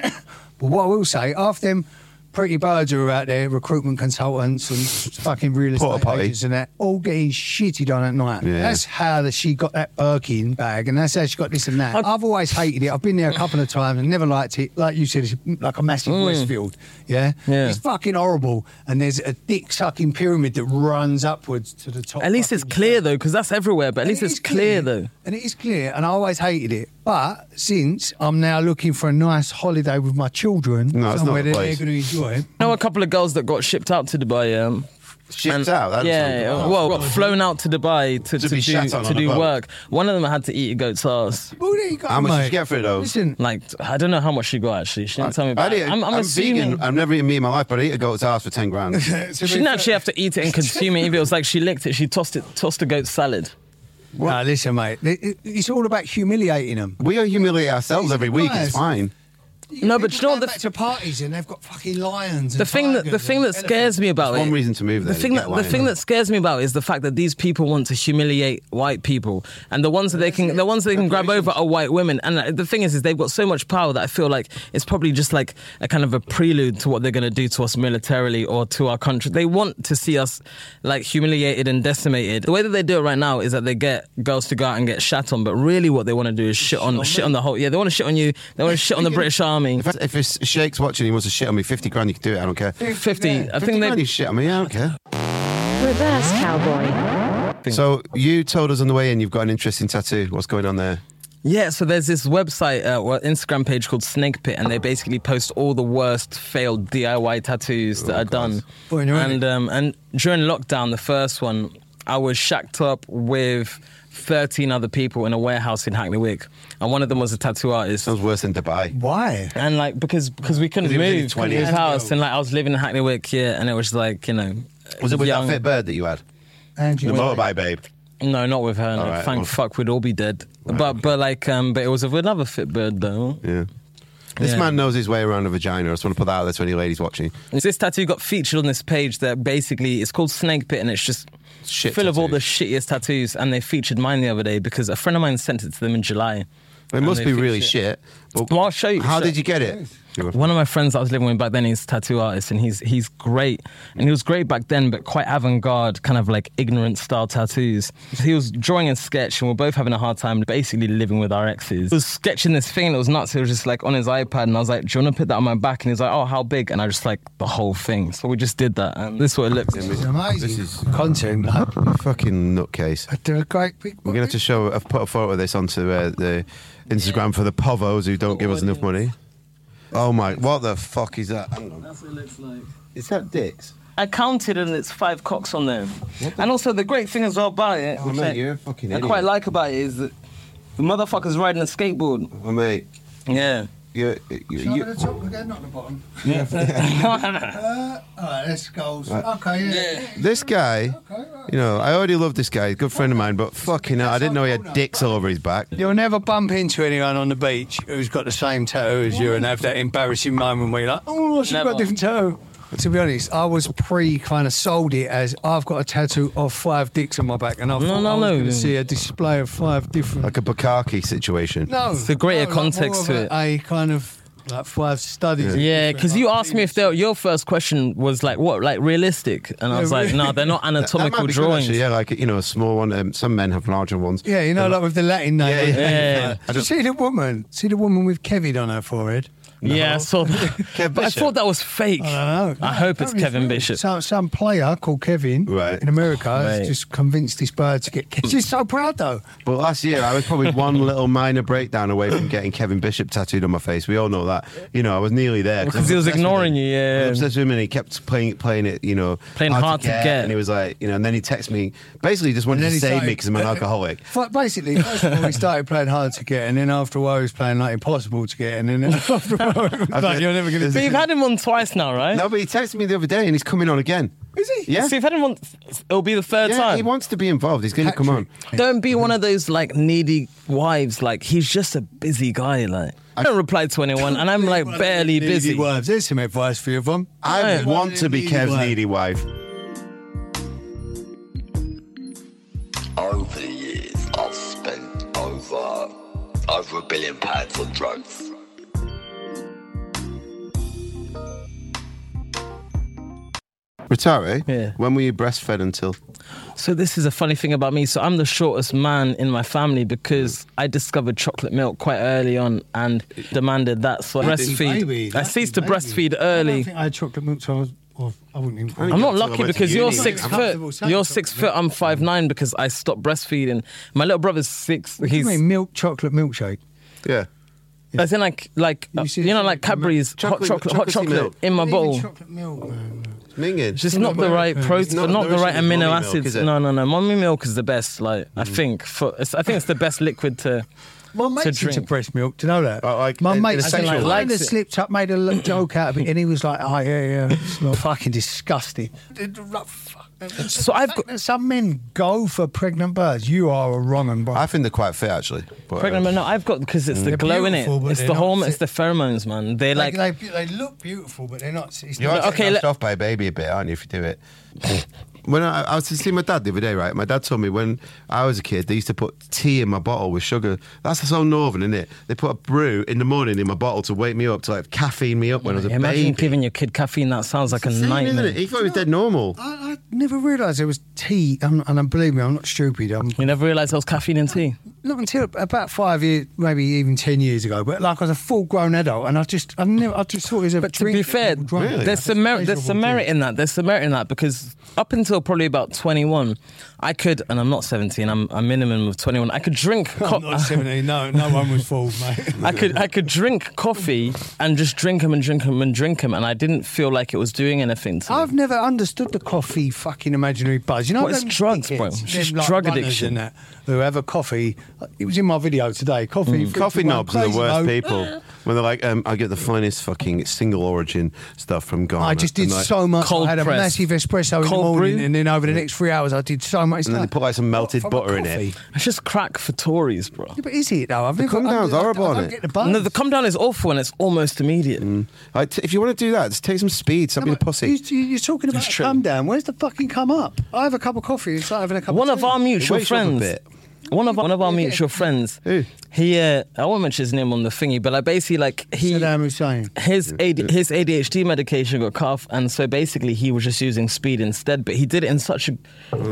Speaker 3: what I will say, after them pretty birds who are out there, recruitment consultants and fucking real
Speaker 2: Porta
Speaker 3: estate
Speaker 2: potty.
Speaker 3: agents and that, all getting shitted on at night.
Speaker 2: Yeah.
Speaker 3: That's how that she got that Birkin bag and that's how she got this and that. I've always hated it. I've been there a couple of times and never liked it. Like you said, it's like a massive Westfield. Yeah?
Speaker 4: Mm. Yeah.
Speaker 3: It's fucking horrible. And there's a dick sucking pyramid that runs upwards to the top.
Speaker 4: At least it's
Speaker 3: fucking-
Speaker 4: clear though, because that's everywhere. But at least
Speaker 3: It
Speaker 4: it's
Speaker 3: is
Speaker 4: clear though.
Speaker 3: And it is clear. And I always hated it. But since I'm now looking for a nice holiday with my children
Speaker 2: No, it's not
Speaker 3: somewhere
Speaker 2: the
Speaker 3: that they're
Speaker 2: place.
Speaker 3: going to enjoy,
Speaker 4: I know a couple of girls that got shipped out to Dubai. Um,
Speaker 2: Shipped
Speaker 4: And-
Speaker 2: out. Oh, That
Speaker 4: yeah,
Speaker 2: sounds
Speaker 4: yeah,
Speaker 2: good.
Speaker 4: well, flown out to Dubai to,
Speaker 2: To
Speaker 4: to, do,
Speaker 2: be shat on
Speaker 4: to
Speaker 2: on a
Speaker 4: do
Speaker 2: boat.
Speaker 4: work. One of them had to eat a goat's ass.
Speaker 3: Well, there you go,
Speaker 2: How much did you
Speaker 3: mate.
Speaker 2: get for it, though?
Speaker 3: Listen,
Speaker 4: Like I don't know how much she got actually. She didn't tell me.
Speaker 2: I
Speaker 4: About it.
Speaker 2: did,
Speaker 4: I'm, I'm, assuming.
Speaker 2: vegan. I've never eaten meat in my life, but I eat a goat's ass for ten grand.
Speaker 3: to
Speaker 4: She
Speaker 3: be
Speaker 4: didn't
Speaker 3: fair-
Speaker 4: actually have to eat it and consume it. either. It was like she licked it. She tossed it, tossed a goat salad.
Speaker 3: Nah, listen, mate. it- it- It's all about humiliating them.
Speaker 2: we all humiliate ourselves every week. It's
Speaker 3: Nice.
Speaker 2: fine.
Speaker 4: No, but you know what the-
Speaker 3: back to parties and they've got fucking lions.
Speaker 4: The thing that the thing that scares me about
Speaker 2: There's
Speaker 4: it.
Speaker 2: one reason to move there.
Speaker 4: The thing
Speaker 2: to
Speaker 4: that
Speaker 2: get
Speaker 4: the
Speaker 2: lion.
Speaker 4: thing that scares me about it is the fact that these people want to humiliate white people, and the ones that they can the ones they can grab over are white women. And uh, the thing is, is they've got so much power that I feel like it's probably just like a kind of a prelude to what they're going to do to us militarily or to our country. They want to see us like humiliated and decimated. The way that they do it right now is that they get girls to go out and get shat on, but really what they want to do is shit on shit on the whole. Yeah, they want to shit on you. They want to shit on the British Army.
Speaker 2: If, if it's Shake's watching, he wants to shit on me. Fifty grand, you can do it. I don't care. Fifty
Speaker 4: Fifty. I think
Speaker 2: grand,
Speaker 4: they.
Speaker 2: you shit on me. I don't care.
Speaker 5: Reverse cowboy.
Speaker 2: So you told us on the way in you've got an interesting tattoo. What's going on there?
Speaker 4: Yeah, so there's this website, uh, well, Instagram page called Snake Pit, and they basically post all the worst failed DIY tattoos
Speaker 2: Oh,
Speaker 4: that are done.
Speaker 3: Boy, you're
Speaker 4: and um, and during lockdown, the first one, I was shacked up with 13 other people in a warehouse in Hackney Wick, and one of them was a tattoo artist.
Speaker 2: Sounds worse than Dubai.
Speaker 3: Why?
Speaker 4: And like because because we couldn't
Speaker 2: Oh. Because he was in his
Speaker 4: move, couldn't
Speaker 2: 20s.
Speaker 4: move house, and like I was living in Hackney Wick, yeah, and it was like you know,
Speaker 2: Was it with
Speaker 4: young,
Speaker 2: that fit bird that you had?
Speaker 3: Andrew,
Speaker 2: The motorbike babe.
Speaker 4: No, not with her. No.
Speaker 2: All right,
Speaker 4: Thank
Speaker 2: well-
Speaker 4: fuck, we'd all be dead. but but like um, but it was with another fit bird though.
Speaker 2: Yeah. This
Speaker 4: Yeah.
Speaker 2: man knows his way around a vagina. I just want to put that out there to any ladies watching.
Speaker 4: This tattoo got featured on this page that basically it's called Snake Pit and it's just
Speaker 2: Shit
Speaker 4: full of all the
Speaker 2: tattoos.
Speaker 4: shittiest tattoos. And they featured mine the other day because a friend of mine sent it to them in July.
Speaker 2: It
Speaker 4: And
Speaker 2: must
Speaker 4: they
Speaker 2: be
Speaker 4: fix
Speaker 2: really
Speaker 4: it.
Speaker 2: shit. but
Speaker 4: Well, I'll show you.
Speaker 2: How
Speaker 4: So-
Speaker 2: did you get it?
Speaker 4: One of my friends I was living with back then, he's a tattoo artist and he's he's great. And he was great back then, but quite avant garde, kind of like ignorant style tattoos. He was drawing a sketch and we are both having a hard time basically living with our exes. He was sketching this thing and it was nuts. It was just like on his iPad and I was like, Do you want to put that on my back? And he's like, Oh, how big? And I just like the whole thing. So we just did that and this is what it looked like.
Speaker 3: It's amazing content. though.
Speaker 2: You fucking nutcase.
Speaker 3: They're a great big.
Speaker 2: We're gonna have to show. I've put a photo of this onto uh, the Instagram for the povos who don't give us enough money. Oh my! What the fuck is that? Hang on.
Speaker 4: That's what it looks like.
Speaker 2: Is that dicks?
Speaker 4: I counted and it's five cocks on there. And also the great thing as well about it,
Speaker 2: Oh,
Speaker 4: which I,
Speaker 2: mate, you're a fucking
Speaker 4: I
Speaker 2: idiot.
Speaker 4: quite like about it is that the motherfucker's riding a skateboard.
Speaker 2: Oh, mate,
Speaker 4: Yeah.
Speaker 2: you, you, you,
Speaker 3: top again, not the bottom. Uh, all right, let's go. Okay, yeah.
Speaker 2: this guy. You know, I already love this guy. He's a good friend of mine, but fucking hell, I didn't know he had dicks all over his back.
Speaker 3: You'll never bump into anyone on the beach who's got the same tattoo as you and have that embarrassing moment where you're like, oh, she's got a
Speaker 4: Never.
Speaker 3: different tattoo. To be honest, I was pre kind of sold it as I've got a tattoo of five dicks on my back, and I thought
Speaker 4: no,
Speaker 3: I was
Speaker 4: no.
Speaker 3: going to see a display of five different.
Speaker 2: Like a Bukaki situation.
Speaker 3: no,
Speaker 4: It's a greater
Speaker 3: no, like
Speaker 4: context
Speaker 3: more of
Speaker 4: to
Speaker 3: a- A kind of like five studies.
Speaker 4: Yeah, because you asked me if they were- your first question was like, what, like realistic? And I was like, no, they're not
Speaker 2: That might
Speaker 4: anatomical
Speaker 2: be good,
Speaker 4: drawings.
Speaker 2: actually, yeah, like you know, a small one. Um, some men have larger ones.
Speaker 3: Yeah, you know, like with the Latin name.
Speaker 2: Yeah, yeah,
Speaker 4: yeah.
Speaker 3: Like,
Speaker 2: I
Speaker 3: Did you
Speaker 2: just-
Speaker 3: see the woman? See the woman with Kevin on her forehead?
Speaker 4: Yeah, I saw that.
Speaker 2: Uh-huh. Kev
Speaker 4: but I
Speaker 2: Bishop.
Speaker 4: thought that was fake.
Speaker 3: I don't know.
Speaker 4: hope it's
Speaker 3: Apparently
Speaker 4: Kevin
Speaker 3: real.
Speaker 4: Bishop.
Speaker 3: Some, some player called Kevin
Speaker 2: Right.
Speaker 3: in America has
Speaker 4: Mate.
Speaker 3: just convinced this bird to get. She's so proud though.
Speaker 2: But last year, I was probably one little minor breakdown away from getting Kevin Bishop tattooed on my face. We all know that. You know, I was nearly there
Speaker 4: Because he was
Speaker 2: obsessed with
Speaker 4: ignoring
Speaker 2: him.
Speaker 4: you, yeah.
Speaker 2: I was obsessed with him, and he kept playing playing it. You know,
Speaker 4: Playing hard to get.
Speaker 2: And he was like, you know, and then he texted me, basically just wanted
Speaker 3: And then he
Speaker 2: to save me
Speaker 3: started-
Speaker 2: because I'm an alcoholic.
Speaker 3: F- Basically, first of all, he started playing hard to get, and then after a while, he was playing like impossible to get, and then after a while, it was like, you're never going
Speaker 4: But
Speaker 3: to.
Speaker 4: you've had him on twice now, right?
Speaker 2: No, but he texted me the other day, and he's coming on again.
Speaker 3: Is he?
Speaker 2: Yeah.
Speaker 4: So you've had him on, it'll be the third
Speaker 2: yeah,
Speaker 4: time.
Speaker 2: he wants to be involved. He's going to come on.
Speaker 4: Don't be one of those like needy wives. Like he's just a busy guy. Like I don't reply to anyone, and I'm like barely
Speaker 3: Needy
Speaker 4: busy.
Speaker 3: Wives. There's some advice for you, Vom.
Speaker 2: I
Speaker 4: Yeah.
Speaker 2: want to be
Speaker 3: Needy
Speaker 2: Kev's
Speaker 3: wife.
Speaker 2: needy wife.
Speaker 7: Over the years, I've spent over over a billion pounds on drugs.
Speaker 2: Rotary,
Speaker 4: Yeah.
Speaker 2: when were you breastfed until?
Speaker 4: So this is a funny thing about me. So I'm the shortest man in my family because I discovered chocolate milk quite early on and demanded that. So I breastfeed. I ceased to breastfeed
Speaker 3: I
Speaker 4: early.
Speaker 3: think I had chocolate milk, so I, was, or I wouldn't even.
Speaker 4: I'm not
Speaker 2: until I
Speaker 4: lucky
Speaker 2: went to
Speaker 4: because you're
Speaker 2: uni.
Speaker 4: six
Speaker 2: I'm
Speaker 3: comfortable
Speaker 4: foot.
Speaker 3: saying
Speaker 4: You're
Speaker 3: chocolate
Speaker 4: six foot. I'm five nine because I stopped breastfeeding. My little brother's six.
Speaker 3: You
Speaker 4: He's
Speaker 3: mean milk chocolate milkshake?
Speaker 2: Yeah.
Speaker 4: I think like like uh,
Speaker 3: You see
Speaker 4: you
Speaker 3: the
Speaker 4: know like
Speaker 3: chocolate milk?
Speaker 4: Cadbury's hot
Speaker 2: Chocolate-
Speaker 4: chocolate hot
Speaker 2: chocolatey milk.
Speaker 4: chocolate in my bowl.
Speaker 3: Chocolate milk, man.
Speaker 2: Minging.
Speaker 4: It's just not the right protein,
Speaker 2: Not-
Speaker 4: not, not
Speaker 2: there
Speaker 4: the right
Speaker 2: isn't
Speaker 4: amino
Speaker 2: mummy milk,
Speaker 4: acids.
Speaker 2: is it? Mm.
Speaker 4: no, no, no. Mummy milk is the best. Like I think for, it's, I think it's the best liquid to.
Speaker 3: My
Speaker 4: to
Speaker 3: mate's into
Speaker 4: drink.
Speaker 3: breast milk. Do you know that?
Speaker 2: Oh, like,
Speaker 3: My
Speaker 2: in- in
Speaker 3: mate
Speaker 2: a sexual
Speaker 3: kind
Speaker 2: way.
Speaker 3: of
Speaker 4: Likes it.
Speaker 3: slipped up, made a little joke out of it, and he was like, "Oh yeah, yeah, it's not fucking disgusting."
Speaker 4: So I've got
Speaker 3: Some men go for pregnant birds. You are a wrong one, bro.
Speaker 2: I think they're quite fit actually. But, uh,
Speaker 4: pregnant. but No, I've got because it's the
Speaker 3: They're
Speaker 4: glow in it.
Speaker 3: beautiful, but
Speaker 4: It's
Speaker 3: they're
Speaker 4: the
Speaker 3: not
Speaker 4: hormone.
Speaker 3: fit.
Speaker 4: It's the pheromones, man. They like.
Speaker 3: they, they look beautiful, but they're not. It's
Speaker 2: You're
Speaker 3: not
Speaker 2: actually
Speaker 4: okay,
Speaker 2: okay,
Speaker 4: let-
Speaker 2: off by a baby a bit, aren't you, if you do it? when I, I was to see my dad the other day, right? My dad told me when I was a kid, they used to put tea in my bottle with sugar. That's so northern, isn't it? They put a brew in the morning in my bottle to wake me up, to like caffeine me up when I was a
Speaker 4: Imagine
Speaker 2: baby.
Speaker 4: giving your kid caffeine. That sounds like a
Speaker 2: Insane,
Speaker 4: nightmare.
Speaker 2: Isn't it? He thought it was dead normal.
Speaker 3: I, I never realised there was tea, and, and believe me, I'm not stupid. I'm
Speaker 4: You never realised there was caffeine in tea.
Speaker 3: not until about five years, maybe even ten years ago. But like I was a full-grown adult, and I just, I never, I just thought it was a
Speaker 4: But to
Speaker 3: drink
Speaker 4: be
Speaker 3: that
Speaker 4: fair,
Speaker 3: people drank.
Speaker 4: there's some merit. There's some merit
Speaker 3: Pleasurable
Speaker 4: in that. There's some merit in that because up until probably about 21, I could, and I'm not 17. I'm a minimum of 21. I could drink.
Speaker 3: drink.
Speaker 4: Co-
Speaker 3: I'm not 17. No, no one was fooled, mate.
Speaker 4: I could I could drink coffee and just drink them and drink them and drink them, and I didn't feel like it was doing anything to me.
Speaker 3: I've never understood the coffee fucking imaginary buzz. You know,
Speaker 4: Well, it's
Speaker 3: them
Speaker 4: drugs, bro.
Speaker 3: dickheads,
Speaker 4: It's just
Speaker 3: them, like,
Speaker 4: drug
Speaker 3: runners
Speaker 4: addiction.
Speaker 3: and that, Who have a coffee? It was in my video today.
Speaker 4: Mm.
Speaker 3: Coffee,
Speaker 2: Coffee knobs are the worst
Speaker 3: people.
Speaker 2: people. When they're like, um, I get the finest fucking single origin stuff from Ghana.
Speaker 3: I just did
Speaker 2: And, like,
Speaker 3: so much.
Speaker 4: cold
Speaker 3: I had a
Speaker 4: press.
Speaker 3: massive espresso in the
Speaker 4: Cold
Speaker 3: morning,
Speaker 4: brew?
Speaker 3: and then over the next three hours, I did so much.
Speaker 2: And then they
Speaker 3: stuff.
Speaker 2: put like some melted
Speaker 3: From a
Speaker 2: butter in
Speaker 3: coffee.
Speaker 2: it.
Speaker 4: It's just crack for Tories, bro.
Speaker 3: Yeah, but is it though? I've the never.
Speaker 2: come
Speaker 3: I-
Speaker 2: down's
Speaker 3: I- I
Speaker 2: horrible,
Speaker 3: don't
Speaker 2: isn't it?
Speaker 3: get the buzz.
Speaker 4: No, the come down is awful and it's almost immediate.
Speaker 2: Mm. Like, t- if you want to do that, just take some speed. Stop being a
Speaker 3: You,
Speaker 2: pussy.
Speaker 3: you, you're talking about
Speaker 4: It's
Speaker 3: a
Speaker 4: true.
Speaker 3: come down. Where's the fucking come up? I have a cup of coffee. It's like having a cup.
Speaker 4: One
Speaker 3: of,
Speaker 4: of our mutual
Speaker 2: wakes you up a
Speaker 4: friends.
Speaker 2: bit.
Speaker 4: One of one of our
Speaker 3: Yeah.
Speaker 4: mutual friends.
Speaker 2: Who?
Speaker 4: He, uh, I won't mention his name on the thingy, but I basically like he.
Speaker 3: Saddam Hussein.
Speaker 4: his AD, his ADHD medication got cut off, and so basically he was just using speed instead. But he did it in such a,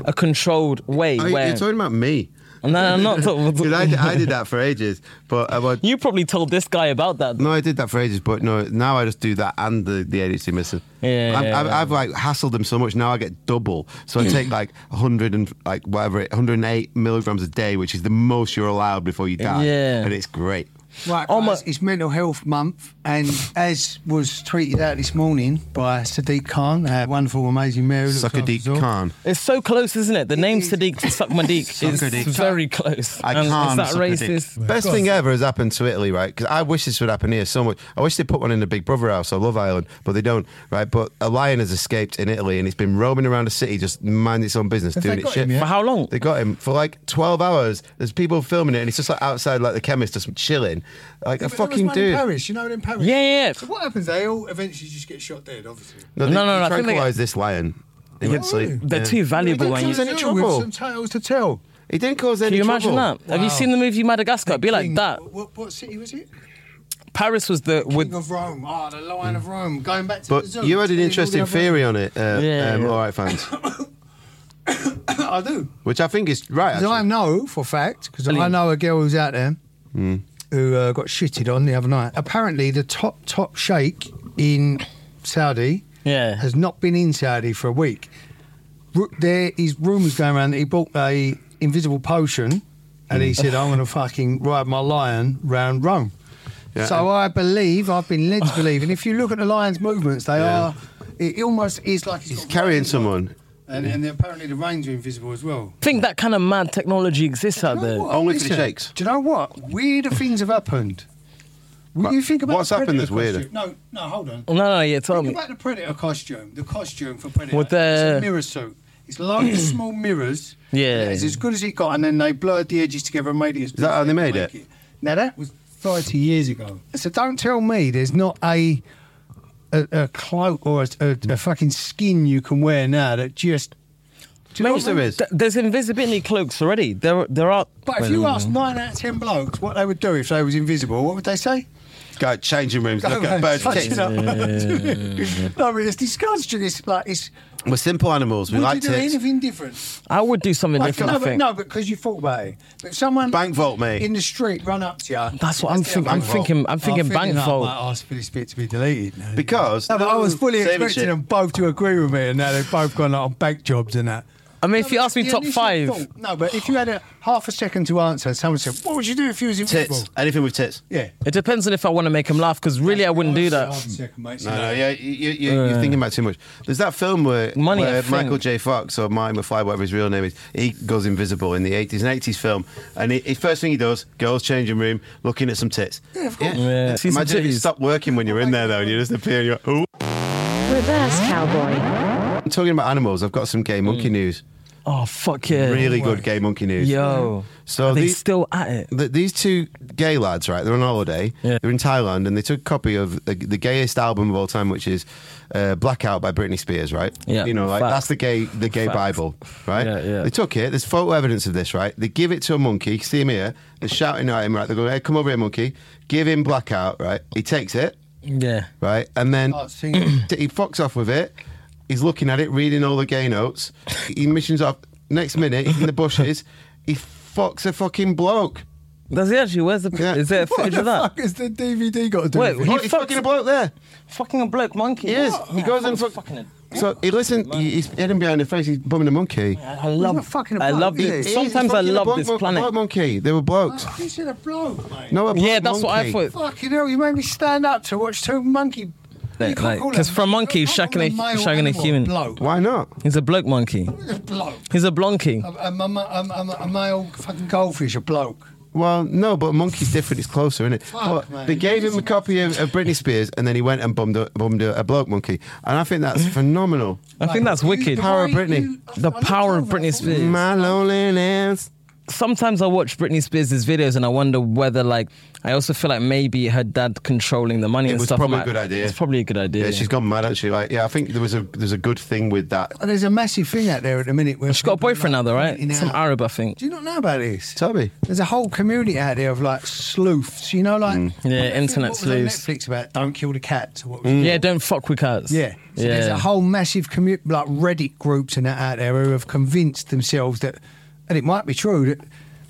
Speaker 4: a controlled way.
Speaker 2: Oh,
Speaker 4: where
Speaker 2: you're talking about me.
Speaker 4: no, I'm not
Speaker 2: Because
Speaker 4: talking.
Speaker 2: I, did- I did that for ages, but I would,
Speaker 4: you probably told this guy about that.
Speaker 2: no, I did that for ages, but no, now I just do that and the, the ADHD missing.
Speaker 4: Yeah,
Speaker 2: I've,
Speaker 4: yeah,
Speaker 2: I've,
Speaker 4: yeah. Mm.
Speaker 2: I've like hassled them so much now I get double. So I take like 100 and like whatever, it, 108 milligrams a day, which is the most you're allowed before you die.
Speaker 4: Yeah.
Speaker 2: and it's great.
Speaker 3: Right,
Speaker 4: Oh,
Speaker 3: guys,
Speaker 4: my-
Speaker 3: it's Mental Health Month, and as was tweeted out this morning by Sadiq Khan, our wonderful, amazing mayor. who looks
Speaker 2: Sucker
Speaker 3: after
Speaker 2: Deek
Speaker 3: us all.
Speaker 2: Khan.
Speaker 4: It's so close, isn't it? The name
Speaker 3: is.
Speaker 4: Sadiq Suckmadeek is
Speaker 2: Suckmadeek.
Speaker 4: very close.
Speaker 2: I
Speaker 4: And
Speaker 2: can't
Speaker 4: Is that
Speaker 2: suck a dick.
Speaker 4: racist?
Speaker 2: Best thing ever has happened to Italy, right? Because I wish this would happen here so much. I wish they put one in the Big Brother house or Love Island, but they don't, right? But a lion has escaped in Italy and it's been roaming around the city, just minding its own business,
Speaker 3: they
Speaker 2: doing its
Speaker 3: got
Speaker 2: shit.
Speaker 3: him yet?
Speaker 4: For how long?
Speaker 2: They got him for like twelve hours. There's people filming it, and he's just like outside, like the chemist, just chilling, like
Speaker 3: Yeah, but there
Speaker 2: a
Speaker 3: was
Speaker 2: fucking
Speaker 3: one in
Speaker 2: dude.
Speaker 3: Paris, you know, in Paris.
Speaker 4: Yeah, yeah, yeah.
Speaker 3: So what happens? They all eventually just get shot dead, obviously.
Speaker 2: No,
Speaker 4: No, no, no, I think they-
Speaker 2: Tranquilized this lion. He went to sleep.
Speaker 4: They're
Speaker 2: Yeah.
Speaker 4: too valuable when you.
Speaker 3: Comes
Speaker 2: Is there
Speaker 4: Can
Speaker 2: any
Speaker 3: through with
Speaker 2: trouble?
Speaker 3: Some tales to tell.
Speaker 2: He didn't cause any
Speaker 4: you
Speaker 2: trouble.
Speaker 4: imagine that? Have you
Speaker 3: Wow.
Speaker 4: seen the movie Madagascar? It'd be like
Speaker 3: King-
Speaker 4: that.
Speaker 3: What, what city was it?
Speaker 4: Paris was the
Speaker 3: King
Speaker 4: with
Speaker 3: of Rome. Ah, the Lion of Rome. Going back to the zoo.
Speaker 2: But you had an
Speaker 3: Telling all
Speaker 2: interesting
Speaker 3: the other-
Speaker 2: theory on it. Uh,
Speaker 4: Yeah,
Speaker 2: um,
Speaker 4: yeah.
Speaker 2: All right, fans.
Speaker 3: I do.
Speaker 2: Which I think is right.
Speaker 3: Because I
Speaker 2: actually.
Speaker 3: know for a fact, because I
Speaker 4: Brilliant.
Speaker 3: know a girl who's out there
Speaker 2: Hmm.
Speaker 3: who uh, got shitted on the other night. Apparently, the top top sheikh in Saudi
Speaker 4: Yeah.
Speaker 3: has not been in Saudi for a week. Ru- There is rumours going around that he bought a invisible potion, and
Speaker 2: Hmm.
Speaker 3: he said, "I'm going to fucking ride my lion round Rome."
Speaker 2: Yeah.
Speaker 3: So uh, I believe I've been led to believe, and if you look at the lion's movements, they
Speaker 2: Yeah.
Speaker 3: are. It it almost is like
Speaker 2: He's carrying someone.
Speaker 3: and, and apparently the reins are invisible as well.
Speaker 4: think that kind of mad technology exists out
Speaker 3: Do you know
Speaker 4: there.
Speaker 3: what?
Speaker 2: Only for the shakes.
Speaker 3: Do you know what? Weirder things have happened. What do you think about
Speaker 2: what's
Speaker 3: the
Speaker 2: happened
Speaker 3: Predator
Speaker 2: that's
Speaker 3: costume? No, no, hold on.
Speaker 4: No, no, yeah, tell
Speaker 3: Think
Speaker 4: me.
Speaker 3: about the predator costume. The costume for predator.
Speaker 4: With the-
Speaker 3: It's a mirror suit. It's loads of small mirrors.
Speaker 4: Yeah.
Speaker 3: It's as good as it got, and then they blurred the edges together and made it. Is
Speaker 2: that how they made it?
Speaker 3: Now that was thirty years ago. So don't tell me there's not a a, a cloak or a, a, a fucking skin you can wear now that just. Do you know
Speaker 2: Of course
Speaker 3: what I
Speaker 2: there
Speaker 3: mean?
Speaker 2: is.
Speaker 4: Th- there's invisibility cloaks already. There, there are.
Speaker 3: But if you asked nine out of ten blokes what they would do if they was invisible, what would they say?
Speaker 2: Go changing rooms. Look
Speaker 3: Don't
Speaker 2: at birds.
Speaker 3: touch
Speaker 2: tits.
Speaker 3: it up. no, but it's disgusting. It's like it's.
Speaker 2: We're simple animals. We
Speaker 3: would
Speaker 2: like
Speaker 3: you do
Speaker 2: tits.
Speaker 3: anything different?
Speaker 4: I would do something
Speaker 3: Like,
Speaker 4: different.
Speaker 3: no,
Speaker 4: I
Speaker 3: but,
Speaker 4: think.
Speaker 3: no, because you thought about it. But someone
Speaker 2: Bank vault me.
Speaker 3: in the street run up to you.
Speaker 4: That's what I'm
Speaker 3: That's it,
Speaker 4: thinking. I'm
Speaker 3: bank vault.
Speaker 4: thinking. I'm thinking bank
Speaker 3: that I
Speaker 4: vault.
Speaker 3: might ask for this bit to be deleted. No,
Speaker 2: Because
Speaker 3: No, but I was fully
Speaker 2: Saving
Speaker 3: expecting
Speaker 2: shit.
Speaker 3: them both to agree with me, and now they've both gone like, on bank jobs and that.
Speaker 4: I mean, if you ask me
Speaker 3: The
Speaker 4: top
Speaker 3: initial
Speaker 4: five,
Speaker 3: thought- no, but if you had a half a second to answer, someone said, "What would you do if you was in
Speaker 2: Tits.
Speaker 3: football?"
Speaker 2: Anything with tits.
Speaker 3: Yeah,
Speaker 4: it depends on if I want to make him laugh. Because really, I wouldn't do that.
Speaker 2: No, no, yeah, you, you,
Speaker 4: Uh.
Speaker 2: you're thinking about it too much. There's that film where,
Speaker 4: Money, I
Speaker 2: where
Speaker 4: think.
Speaker 2: Michael J. Fox or Martin McFly, whatever his real name is, he goes invisible in the 80s, an 80s film, and he, he- first thing he does, girls changing room, looking at some tits. Yeah, of course.
Speaker 4: Yeah, see some
Speaker 2: Imagine if you
Speaker 4: titties.
Speaker 2: stop working when you're in there though, and you just appear, and you're like, "Ooh."
Speaker 5: Reverse cowboy.
Speaker 2: I'm talking about animals. I've got some gay monkey news.
Speaker 4: Oh fuck yeah!
Speaker 2: Really good gay monkey news.
Speaker 4: Yo,
Speaker 2: So
Speaker 4: are they
Speaker 2: these-
Speaker 4: still at it?
Speaker 2: Th these two gay lads, right? They're on holiday.
Speaker 4: Yeah.
Speaker 2: They're in Thailand, and they took a copy of the, the gayest album of all time, which is uh, "Blackout" by Britney Spears, right?
Speaker 4: Yeah.
Speaker 2: You know, like
Speaker 4: Fact.
Speaker 2: that's the gay, the gay
Speaker 4: Fact.
Speaker 2: Bible, right?
Speaker 4: Yeah, yeah.
Speaker 2: They took it. There's photo evidence of this, right? They give it to a monkey. You can see him here. They're shouting at him, right? They go, "Hey, come over here, monkey! Give him Blackout!" Right? He takes it,
Speaker 4: Yeah.
Speaker 2: right, and then
Speaker 3: Starts singing.
Speaker 2: he fucks off with it. He's looking at it, reading all the gay notes. He missions off. Next minute, he's in the bushes. He fucks a fucking bloke.
Speaker 4: Does he actually? Where's the?
Speaker 2: Yeah.
Speaker 4: Is there
Speaker 3: What
Speaker 4: footage
Speaker 3: the
Speaker 4: of that?
Speaker 3: fuck has the DVD got to do
Speaker 4: Wait,
Speaker 3: with
Speaker 4: he
Speaker 2: Oh, he's fucking
Speaker 4: fucking
Speaker 2: a bloke there.
Speaker 4: fucking a bloke monkey.
Speaker 2: Yes, he goes and fuck- So he listen. He, he's hitting behind the face. He's bumming a monkey.
Speaker 4: I
Speaker 3: not
Speaker 4: love.
Speaker 3: fucking a
Speaker 4: I
Speaker 3: bloke,
Speaker 4: love.
Speaker 3: is
Speaker 4: This.
Speaker 3: he?
Speaker 4: Sometimes
Speaker 2: He's
Speaker 4: I
Speaker 2: fucking a
Speaker 4: love
Speaker 2: bloke
Speaker 4: this
Speaker 2: mon-
Speaker 4: planet.
Speaker 2: Bloke monkey. They were blokes.
Speaker 3: it? He said a bloke, mate.
Speaker 2: No, a bloke
Speaker 4: yeah, that's what I
Speaker 2: monkey.
Speaker 4: thought.
Speaker 3: Fucking hell, you made me stand up to watch two monkey.
Speaker 4: Like-
Speaker 3: You can't
Speaker 4: like-
Speaker 3: call it
Speaker 4: 'cause for a monkey,
Speaker 3: you can't call
Speaker 4: shagging a-
Speaker 3: it male
Speaker 4: shagging a
Speaker 3: animal
Speaker 4: human.
Speaker 3: Bloke.
Speaker 2: Why not?
Speaker 4: He's a bloke monkey.
Speaker 3: A bloke.
Speaker 4: He's a blonky.
Speaker 3: A, a, a, a, a, a male fucking goldfish, a bloke.
Speaker 2: Well, no, but a monkey's different. It's closer, isn't it?
Speaker 3: Fuck,
Speaker 2: But
Speaker 3: man.
Speaker 2: they gave him a copy of, of Britney Spears, and then he went and bummed a, bummed a, a bloke monkey, and I think that's phenomenal.
Speaker 4: I think that's wicked.
Speaker 2: the power of Britney.
Speaker 4: The power of Britney Spears.
Speaker 2: My loneliness.
Speaker 4: Sometimes I watch Britney Spears' videos and I wonder whether, like, I also feel like maybe her dad controlling the money
Speaker 2: It
Speaker 4: and
Speaker 2: was
Speaker 4: stuff.
Speaker 2: probably a
Speaker 4: might-
Speaker 2: good idea.
Speaker 4: It's probably a good idea.
Speaker 2: Yeah, she's gone mad actually. Like, yeah, I think there was a there's a good thing with that.
Speaker 3: And there's a massive thing out there at the minute. Where
Speaker 4: She's got a
Speaker 3: people are,
Speaker 4: boyfriend now,
Speaker 3: like,
Speaker 4: though, right?
Speaker 3: pointing
Speaker 4: Some
Speaker 3: out-
Speaker 4: Arab, I think.
Speaker 3: Do you not know about this?
Speaker 2: Tell me.
Speaker 3: There's a whole community out there of like sleuths, you know, like
Speaker 4: Mm. Yeah,
Speaker 3: What
Speaker 4: internet
Speaker 3: was on
Speaker 4: sleuths. Mm.
Speaker 3: Netflix about don't kill the cats. Or what was it?
Speaker 4: Yeah, don't fuck with cats.
Speaker 3: Yeah. So there's
Speaker 4: yeah.
Speaker 3: a whole massive community, like Reddit groups and that out there who have convinced themselves that, and it might be true, that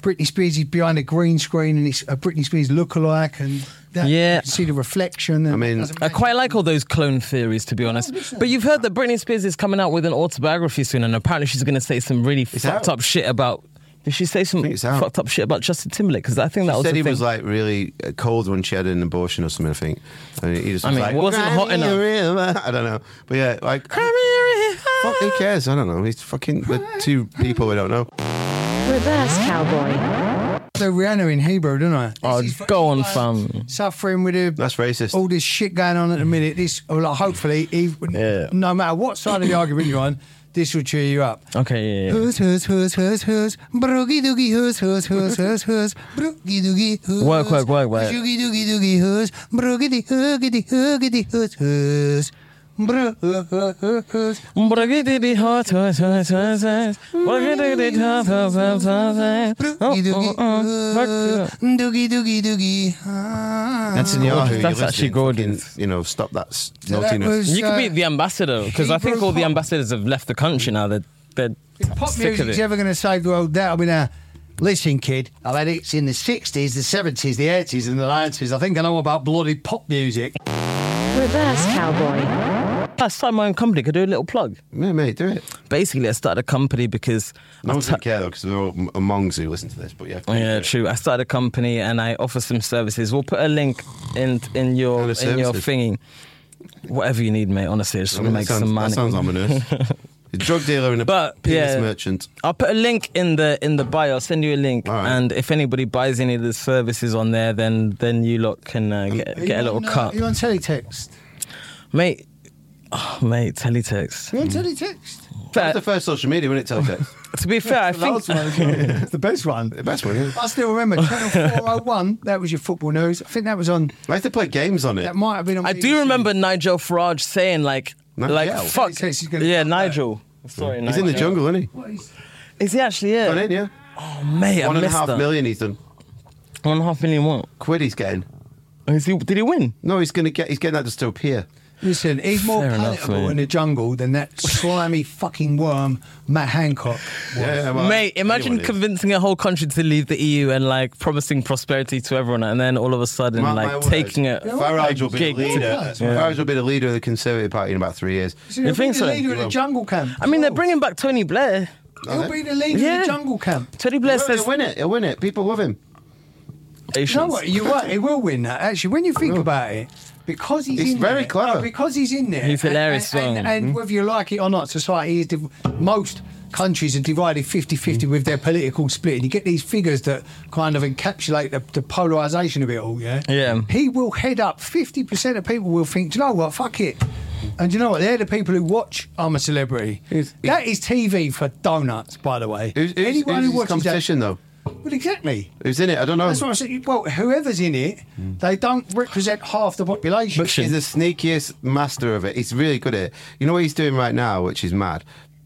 Speaker 3: Britney Spears is behind a green screen and it's a Britney Spears lookalike and that,
Speaker 4: Yeah.
Speaker 3: you see the reflection. And
Speaker 2: I mean,
Speaker 3: doesn't
Speaker 4: I
Speaker 3: matter.
Speaker 4: quite like all those clone theories, to be honest. But you've heard that Britney Spears is coming out with an autobiography soon, and apparently she's going to say some really fucked
Speaker 2: out.
Speaker 4: up shit about. Did she say some
Speaker 2: think it's out.
Speaker 4: fucked up shit about Justin Timberlake? Because I think that
Speaker 2: She
Speaker 4: was
Speaker 2: said
Speaker 4: the
Speaker 2: he
Speaker 4: thing.
Speaker 2: was like really uh, cold when she had an abortion or something. I think. And he just
Speaker 4: I
Speaker 2: was
Speaker 4: mean,
Speaker 2: like,
Speaker 4: it wasn't hot
Speaker 2: "Cry me
Speaker 4: enough."
Speaker 2: a river. I don't know, but yeah, like. Fuck, who cares? I don't know. He's fucking the two people we don't know.
Speaker 5: Reverse cowboy.
Speaker 3: So Rihanna in Hebrew, don't I?
Speaker 4: Oh,
Speaker 3: This is-
Speaker 4: go on,
Speaker 3: like,
Speaker 4: fam.
Speaker 3: Suffering with a
Speaker 2: That's racist.
Speaker 4: Oh,
Speaker 3: all this shit going on at the minute. This, well, like, hopefully, he,
Speaker 4: Yeah.
Speaker 3: no matter what side of the argument you're on, this will cheer you up.
Speaker 4: Okay, yeah, yeah.
Speaker 3: Hers, hers, hers, hers, hers, broogie doogie, hers, hers, hers, hers, hers, broogie doogie, hers.
Speaker 4: Work, work, work, work.
Speaker 3: Shoogie doogie doogie, hers, broogity, hoogity, hoogity, hers, hers. Bro- her- her- her- hers. Broogie doogie, hers, doogie doogie doogie, hers.
Speaker 2: That's in your
Speaker 4: That's actually gorgeous.
Speaker 2: You know, stop that s-
Speaker 3: So that
Speaker 2: naughtiness.
Speaker 3: was,
Speaker 4: You could
Speaker 3: uh,
Speaker 4: be the ambassador because I think all the ambassadors have left the country now. They're, they're
Speaker 3: Pop
Speaker 4: sick of
Speaker 3: music's
Speaker 4: it.
Speaker 3: ever going to save the world. That'll be now. uh, Listen, kid, I've had hits in the 60s, the 70s, the 80s, and the 90s. I think I know about bloody pop music.
Speaker 5: Reverse cowboy.
Speaker 4: I started my own company. Could I do a little plug.
Speaker 2: yeah, mate, do it.
Speaker 4: Basically, I started a company because
Speaker 2: No
Speaker 4: I
Speaker 2: one's
Speaker 4: ta-
Speaker 2: gonna care though, because they're all m- Hmongs who listen to this. But yeah,
Speaker 4: Yeah,
Speaker 2: do it.
Speaker 4: true. I started a company and I offer some services. We'll put a link in in your
Speaker 2: Kind of
Speaker 4: in your
Speaker 2: services.
Speaker 4: thingy. Whatever you need, mate. Honestly, I just
Speaker 2: I
Speaker 4: want to
Speaker 2: mean,
Speaker 4: make
Speaker 2: that sounds,
Speaker 4: some money.
Speaker 2: That sounds ominous. a drug dealer and a
Speaker 4: But,
Speaker 2: penis
Speaker 4: yeah.
Speaker 2: merchant.
Speaker 4: I'll put a link in the in the bio. I'll send you a link,
Speaker 2: All right.
Speaker 4: and if anybody buys any of the services on there, then then you lot can
Speaker 2: Um,
Speaker 4: uh, get
Speaker 3: Are
Speaker 4: get a
Speaker 3: you
Speaker 4: little
Speaker 3: on, uh,
Speaker 4: cut,
Speaker 3: Are you on teletext?
Speaker 4: mate. Oh, mate, teletext.
Speaker 3: Are you on teletext?
Speaker 2: That's
Speaker 4: Fair,
Speaker 2: the first social media, wasn't it, Teletext?
Speaker 4: to be fair, I
Speaker 3: The last
Speaker 4: think
Speaker 3: one as well. It's the best
Speaker 2: the
Speaker 3: one.
Speaker 2: best one, yeah.
Speaker 3: I still remember Channel 401. That was your football news. I think that was on.
Speaker 2: I used to play games on it.
Speaker 3: That might have been on.
Speaker 4: I do
Speaker 3: BBC.
Speaker 4: remember Nigel Farage saying like
Speaker 2: Nigel.
Speaker 4: like fuck
Speaker 3: He says he's gonna-
Speaker 4: yeah Nigel. Sorry,
Speaker 2: He's in the jungle, isn't he?
Speaker 4: Is he actually? Yeah,
Speaker 2: Gone in, yeah.
Speaker 4: mate. I
Speaker 2: One and a
Speaker 4: missed
Speaker 2: half
Speaker 4: that.
Speaker 2: million he's done.
Speaker 4: One and a half million what?
Speaker 2: Quid he's getting.
Speaker 4: Is he, did he win?
Speaker 2: No, he's gonna get. He's getting that just to appear.
Speaker 3: Listen, he's more
Speaker 4: Fair enough, eh?
Speaker 3: palatable
Speaker 4: mate.
Speaker 3: in the jungle than that slimy fucking worm, Matt Hancock.
Speaker 2: Yeah,
Speaker 4: Mate, imagine
Speaker 2: anyone is.
Speaker 4: convincing a whole country to leave the EU and like promising prosperity to everyone, and then all of a sudden,
Speaker 2: Mark my
Speaker 4: like
Speaker 2: words,
Speaker 4: taking it.
Speaker 2: Farage will be
Speaker 4: gig.
Speaker 2: the leader.
Speaker 3: Yeah.
Speaker 2: Farage will be the leader of the Conservative Party in about three years.
Speaker 3: You
Speaker 4: think
Speaker 3: think
Speaker 4: so?
Speaker 3: the leader of the jungle camp.
Speaker 4: I mean,
Speaker 3: as
Speaker 4: they're
Speaker 3: well.
Speaker 4: bringing back Tony Blair.
Speaker 3: He'll be the leader of
Speaker 4: Yeah.
Speaker 3: the jungle camp.
Speaker 4: Tony Blair
Speaker 2: He'll,
Speaker 4: says
Speaker 2: he'll win it. He'll win it. People love him.
Speaker 3: You know what? You're right. He will win that. Actually, when you think about it, because he's,
Speaker 2: He's
Speaker 3: in
Speaker 2: very
Speaker 3: there,
Speaker 2: clever.
Speaker 3: no, because he's in there.
Speaker 4: He's
Speaker 3: and-
Speaker 4: hilarious, Hmm?
Speaker 3: And,
Speaker 4: though.
Speaker 3: and, and whether you like it or not, society is div- most countries are divided 50-50
Speaker 4: Hmm.
Speaker 3: with their political split. And you get these figures that kind of encapsulate the, the polarization of it all. Yeah.
Speaker 4: Yeah.
Speaker 3: He will head up. Fifty percent of people will think, do you know what? Fuck it. And do you know what? They're the people who watch I'm a Celebrity.
Speaker 2: Who's-
Speaker 3: that is TV for donuts, by the way.
Speaker 2: Who's, who's,
Speaker 3: Anyone
Speaker 2: who's
Speaker 3: who
Speaker 2: his
Speaker 3: watches
Speaker 2: competition
Speaker 3: that,
Speaker 2: though?
Speaker 3: Well, exactly.
Speaker 2: Who's in it? I don't know.
Speaker 3: That's what I'm saying. Well, whoever's in it, they don't represent half the population.
Speaker 2: Hmm. But he's the sneakiest master of it. He's really good at it. You know what he's doing right now, which is mad.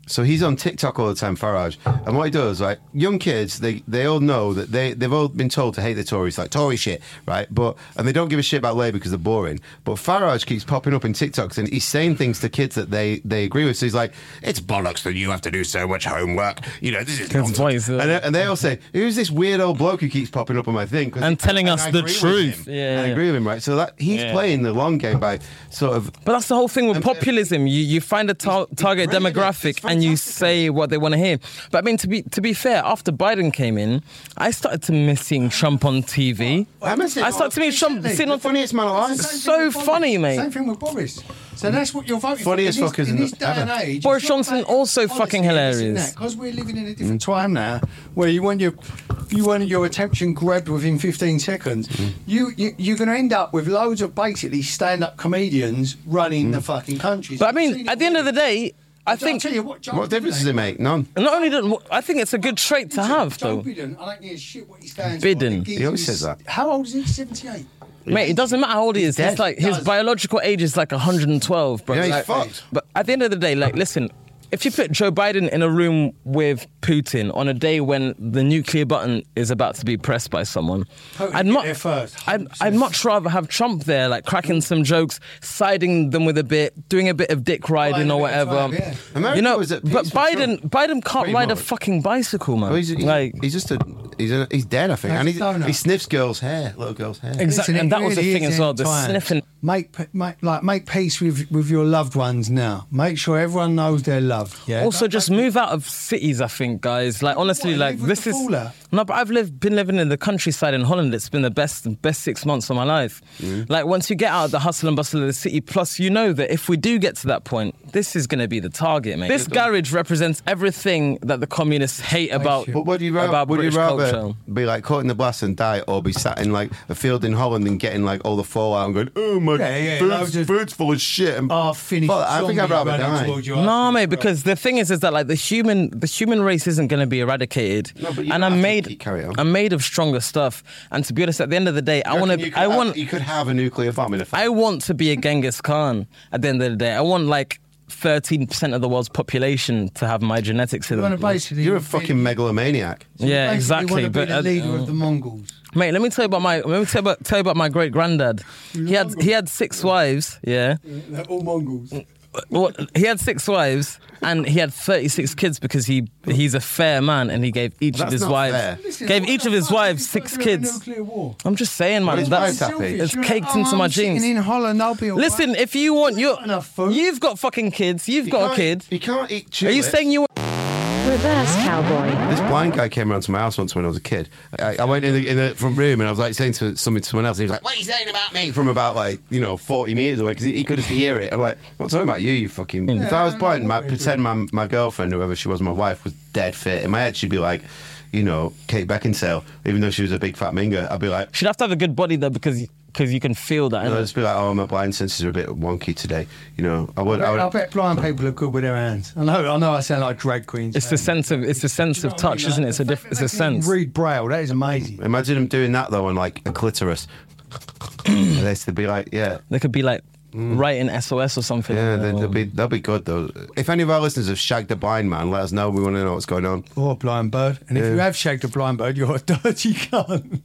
Speaker 2: So he's on TikTok all the time, Farage. And what he does, right? Young kids, they, they all know that they, they've all been told to hate the Tories, like Tory shit, right? But and they don't give a shit about Labour because they're boring. But Farage keeps popping up in TikToks and he's saying things to kids that they, they agree with. So he's like, It's bollocks that you have to do so much homework. You know, this is nonsense."
Speaker 4: why uh, is
Speaker 2: and,
Speaker 4: it-
Speaker 2: they- and they all say, Who's this weird old bloke who keeps popping up on my thing? 'Cause-
Speaker 4: And telling us
Speaker 2: I
Speaker 4: the
Speaker 2: agree with
Speaker 4: truth.
Speaker 2: him.
Speaker 4: Yeah,
Speaker 2: I
Speaker 4: yeah.
Speaker 2: agree with him, right? So that he's
Speaker 4: Yeah.
Speaker 2: playing the long game by sort of
Speaker 4: But that's the whole thing with populism. You you find a tar-
Speaker 2: he's
Speaker 4: target
Speaker 2: brilliant.
Speaker 4: demographic
Speaker 2: He's
Speaker 4: and you
Speaker 2: fantastic.
Speaker 4: say what they want to hear. But I mean, to be to be fair, after Biden came in, I started to miss seeing Trump on TV.
Speaker 2: I miss it.
Speaker 4: I started to meet Trump
Speaker 3: Exactly.
Speaker 4: sitting on
Speaker 2: the funniest man alive.
Speaker 3: Same thing
Speaker 4: so
Speaker 3: with Boris.
Speaker 4: funny, mate.
Speaker 3: Same thing with Boris. So that's what you're voting
Speaker 2: Funniest
Speaker 3: for. In
Speaker 2: fuckers
Speaker 3: this, in this day
Speaker 2: ever.
Speaker 3: and age.
Speaker 4: Boris Johnson also fucking hilarious.
Speaker 3: Because we're living in a different
Speaker 2: Mm.
Speaker 3: time now, where you want your you want your attention grabbed within 15 seconds.
Speaker 2: Mm.
Speaker 3: You, you you're going to end up with loads of basically stand-up comedians
Speaker 2: Mm.
Speaker 3: running the fucking country.
Speaker 4: But I mean, at the end of the day, I
Speaker 3: I'll
Speaker 4: think
Speaker 3: tell you what. Joe
Speaker 2: what difference does
Speaker 3: Biden-
Speaker 2: it make? None.
Speaker 4: not only do I think it's a good trait to have
Speaker 3: Joe
Speaker 4: though.
Speaker 3: Biden, I don't give a shit what he stands
Speaker 4: Biden.
Speaker 3: for.
Speaker 2: He always says that.
Speaker 3: How old is he? 78.
Speaker 4: Mate, it doesn't matter how old he is. It's
Speaker 2: dead.
Speaker 4: like his
Speaker 3: Does.
Speaker 4: biological age is like 112, bro.
Speaker 2: Yeah, he's
Speaker 4: Like,
Speaker 2: fucked.
Speaker 4: But at the end of the day, like, listen, if you put Joe Biden in a room with Putin on a day when the nuclear button is about to be pressed by someone,
Speaker 3: Putin
Speaker 4: I'd,
Speaker 3: get
Speaker 4: mu-
Speaker 3: there first,
Speaker 4: I'd,
Speaker 3: 100%.
Speaker 4: I'd much rather have Trump there, like cracking some jokes, siding them with a bit, doing a bit of dick riding
Speaker 3: Riding a
Speaker 4: or
Speaker 3: bit of
Speaker 4: whatever.
Speaker 3: vibe, yeah.
Speaker 2: America
Speaker 4: You know,
Speaker 2: was at peace
Speaker 4: but
Speaker 2: with
Speaker 4: Biden,
Speaker 2: Trump.
Speaker 4: Biden can't
Speaker 2: Pretty
Speaker 4: ride a
Speaker 2: much.
Speaker 4: fucking bicycle, man.
Speaker 2: Well, Oh, he's, he's,
Speaker 4: like,
Speaker 2: he's just a he's a, he's dead, I think,
Speaker 3: That's
Speaker 2: and he's,
Speaker 3: donut.
Speaker 2: he sniffs girls' hair, little girls' hair.
Speaker 4: Ex- Exactly,
Speaker 3: Listen,
Speaker 4: and
Speaker 3: it
Speaker 4: that was the
Speaker 3: really
Speaker 4: thing
Speaker 3: is
Speaker 4: as well,
Speaker 3: end
Speaker 4: the
Speaker 3: times.
Speaker 4: sniffing-
Speaker 3: Make, p- make like make peace with with your loved ones now. Make sure everyone knows they're loved. Yeah.
Speaker 4: Also, just move out of cities. I think, guys. Like honestly,
Speaker 3: What,
Speaker 4: like
Speaker 3: live with
Speaker 4: this
Speaker 3: the
Speaker 4: is
Speaker 3: baller?
Speaker 4: no. But I've lived, been living in the countryside in Holland. It's been the best, best six months of my life.
Speaker 2: Mm.
Speaker 4: Like once you get out of the hustle and bustle of the city, plus you know that if we do get to that point, this is going to be the target, mate. This garage represents everything that the communists hate about
Speaker 2: but would you rather,
Speaker 4: about
Speaker 2: would you
Speaker 4: British
Speaker 2: rather
Speaker 4: culture.
Speaker 2: be like caught in the blast and die, or be sat in like a field in Holland and getting like all the fallout and going, oh my,
Speaker 3: Yeah, yeah,
Speaker 2: food's,
Speaker 3: loads of-
Speaker 2: food's full of shit. And,
Speaker 3: are finished.
Speaker 2: Well, I think I'd
Speaker 3: zombies
Speaker 2: rather
Speaker 3: running
Speaker 2: die.
Speaker 3: towards you
Speaker 4: No,
Speaker 3: afterwards,
Speaker 4: mate,
Speaker 3: bro.
Speaker 4: because the thing is, is that like the human, the human race isn't going to be eradicated,
Speaker 2: No, but you
Speaker 4: and
Speaker 2: don't
Speaker 4: I'm
Speaker 2: have to
Speaker 4: made,
Speaker 2: keep- carry on.
Speaker 4: I'm made of stronger stuff. And to be honest, at the end of the day, I
Speaker 2: You
Speaker 4: want
Speaker 2: reckon
Speaker 4: to,
Speaker 2: you could
Speaker 4: I
Speaker 2: have-
Speaker 4: want,
Speaker 2: you could have a nuclear bomb in a
Speaker 4: I want to be a Genghis Khan. At the end of the day, I want like 13 percent of the world's population to have my genetics in
Speaker 3: You wanna
Speaker 4: them.
Speaker 3: basically-
Speaker 2: You're a fucking megalomaniac.
Speaker 4: yeah,
Speaker 3: basically
Speaker 4: exactly.
Speaker 3: wanna be
Speaker 4: But
Speaker 3: the
Speaker 4: uh,
Speaker 3: leader of the Mongols.
Speaker 4: mate, let me tell you about my, let me tell you about, tell you about my great granddad. He had he had six wives. Yeah.
Speaker 3: They're all Mongols.
Speaker 4: Well, he had six wives and he had 36 kids because he he's a fair man and he gave each of
Speaker 2: That's
Speaker 4: his
Speaker 2: not
Speaker 4: wives
Speaker 2: fair.
Speaker 4: gave each of his wives six kids.
Speaker 3: Nuclear war.
Speaker 4: I'm just saying, man,
Speaker 2: his
Speaker 4: that's
Speaker 2: wife's happy.
Speaker 4: it's
Speaker 3: You're like,
Speaker 4: caked
Speaker 3: "Oh,
Speaker 4: into my
Speaker 3: I'm sitting
Speaker 4: genes.
Speaker 3: In Holland, I'll be all
Speaker 4: Listen,
Speaker 3: right."
Speaker 4: if you want your
Speaker 3: enough food.
Speaker 4: you've got fucking kids, you've
Speaker 2: You
Speaker 4: got a
Speaker 2: can't-
Speaker 4: kid.
Speaker 2: You can't eat.
Speaker 4: Are you
Speaker 2: tulips.
Speaker 4: saying you?
Speaker 5: Reverse cowboy.
Speaker 2: This blind guy came around to my house once when I was a kid. I, I went in the, in the front room and I was like saying to something to someone else. And he was like, "What are you saying about me?" From about like you know forty meters away because he, he could hear it. I'm like, "I'm not talking about you, you fucking." if I was blind, my, pretend my my girlfriend, whoever she was, my wife was dead fit. In my head, she'd be like, you know, Kate Beckinsale, even though she was a big fat minger. I'd be like.
Speaker 4: Should have to have a good body though because because you can feel that.
Speaker 2: I'd
Speaker 4: innit?
Speaker 2: just be like, oh, my blind senses are a bit wonky today. You know, I would,
Speaker 3: I bet,
Speaker 2: I
Speaker 3: I
Speaker 2: would.
Speaker 3: bet blind people are good with their hands. I know. I know. I sound like drag queens.
Speaker 4: It's the sense of it's the sense of touch, isn't it? It's a diff- It's a sense.
Speaker 3: Read braille. That is amazing.
Speaker 2: Imagine him doing that though on like a clitoris. They'd be like, yeah,
Speaker 4: They could be like writing SOS or something.
Speaker 2: Yeah,
Speaker 4: you
Speaker 2: they,
Speaker 4: know,
Speaker 2: they'll be they'll be good though. If any of our listeners have shagged a blind man, let us know. We want to know what's going on.
Speaker 3: Or Oh, a blind bird. And if you have shagged a blind bird, you're a dirty cunt.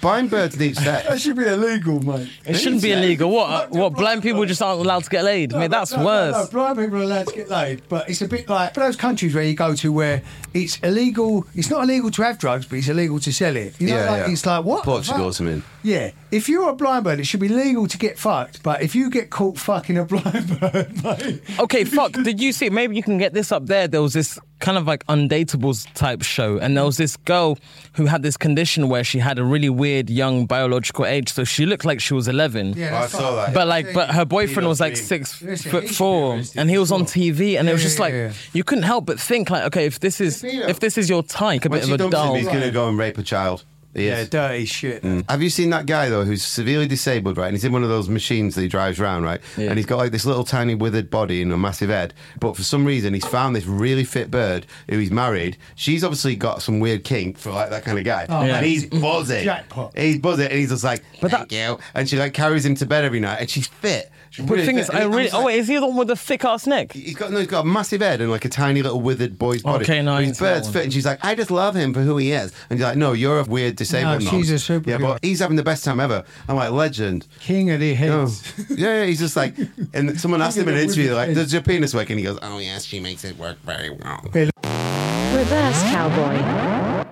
Speaker 2: Blind birds need
Speaker 3: That
Speaker 2: sex.
Speaker 3: should be illegal, mate.
Speaker 4: It shouldn't be illegal. What? What? Blind people just aren't allowed to get laid. Mate, that's
Speaker 3: No, no, No,
Speaker 4: worse.
Speaker 3: blind people are allowed to get laid, but it's a bit like for those countries where you go to where it's illegal. It's not illegal to have drugs, but it's illegal to sell it. You know,
Speaker 2: Yeah,
Speaker 3: like,
Speaker 2: yeah.
Speaker 3: it's like what the
Speaker 2: Portugal or
Speaker 3: fuck?
Speaker 2: something.
Speaker 3: Yeah, if you're a blind bird, it should be legal to get fucked. But if you get caught fucking a blind bird, mate.
Speaker 4: Okay, fuck. Did you see? Maybe you can get this up there. There was this kind of like undateables type show, and there was this girl who had this condition where she had a really weird young biological age, so she looked like she was eleven.
Speaker 3: Yeah,
Speaker 2: I
Speaker 3: that's
Speaker 2: saw
Speaker 3: fine.
Speaker 2: that.
Speaker 4: But like, but her boyfriend was like
Speaker 2: Listen,
Speaker 4: six
Speaker 3: listen,
Speaker 4: foot
Speaker 3: he should
Speaker 4: four, and he was on TV, and it was
Speaker 3: Yeah,
Speaker 4: just
Speaker 3: yeah,
Speaker 4: like
Speaker 3: yeah.
Speaker 4: you couldn't help but think like, okay, if this is
Speaker 2: Pedo.
Speaker 4: if this is your type, a
Speaker 2: When
Speaker 4: bit
Speaker 2: she
Speaker 4: of a
Speaker 2: dumps him,
Speaker 4: doll.
Speaker 2: he's going to go and rape a child. He
Speaker 3: Yeah,
Speaker 2: is.
Speaker 3: dirty shit.
Speaker 4: Mm.
Speaker 2: Have you seen that guy though who's severely disabled, right? And he's in one of those machines that he drives around, right?
Speaker 4: Yeah.
Speaker 2: And he's got like this little tiny withered body and a massive head. But for some reason he's found this really fit bird who he's married. She's obviously got some weird kink for like that kind of guy.
Speaker 4: Oh, Yeah.
Speaker 2: And he's buzzing.
Speaker 3: Jackpot.
Speaker 2: He's buzzing and he's just like
Speaker 4: But
Speaker 2: Thank
Speaker 4: that-
Speaker 2: you. And she like carries him to bed every night and she's fit. She's
Speaker 4: But the
Speaker 2: really
Speaker 4: thing
Speaker 2: fit.
Speaker 4: is,
Speaker 2: And
Speaker 4: I
Speaker 2: I'm
Speaker 4: really.
Speaker 2: just
Speaker 4: Oh,
Speaker 2: like-
Speaker 4: wait, is he the one with the thick ass neck?
Speaker 2: He's got no, he's got a massive head and like a tiny little withered boy's body.
Speaker 4: Okay, no, I
Speaker 2: But
Speaker 4: didn't
Speaker 2: his
Speaker 4: see that
Speaker 2: bird's
Speaker 4: one.
Speaker 2: fit, and she's like, I just love him for who he is. And you're like, No, you're a weird disabled.
Speaker 3: No,
Speaker 2: knob.
Speaker 3: she's a superhero.
Speaker 2: Yeah, but he's having the best time ever. I'm like, legend.
Speaker 3: King of the
Speaker 2: Oh.
Speaker 3: heads.
Speaker 2: yeah, yeah, he's just like, and someone asked him in an interview, like,
Speaker 3: Head. Oh
Speaker 2: does your penis work? And he goes, Oh yes, she makes it work very well.
Speaker 5: Reverse cowboy.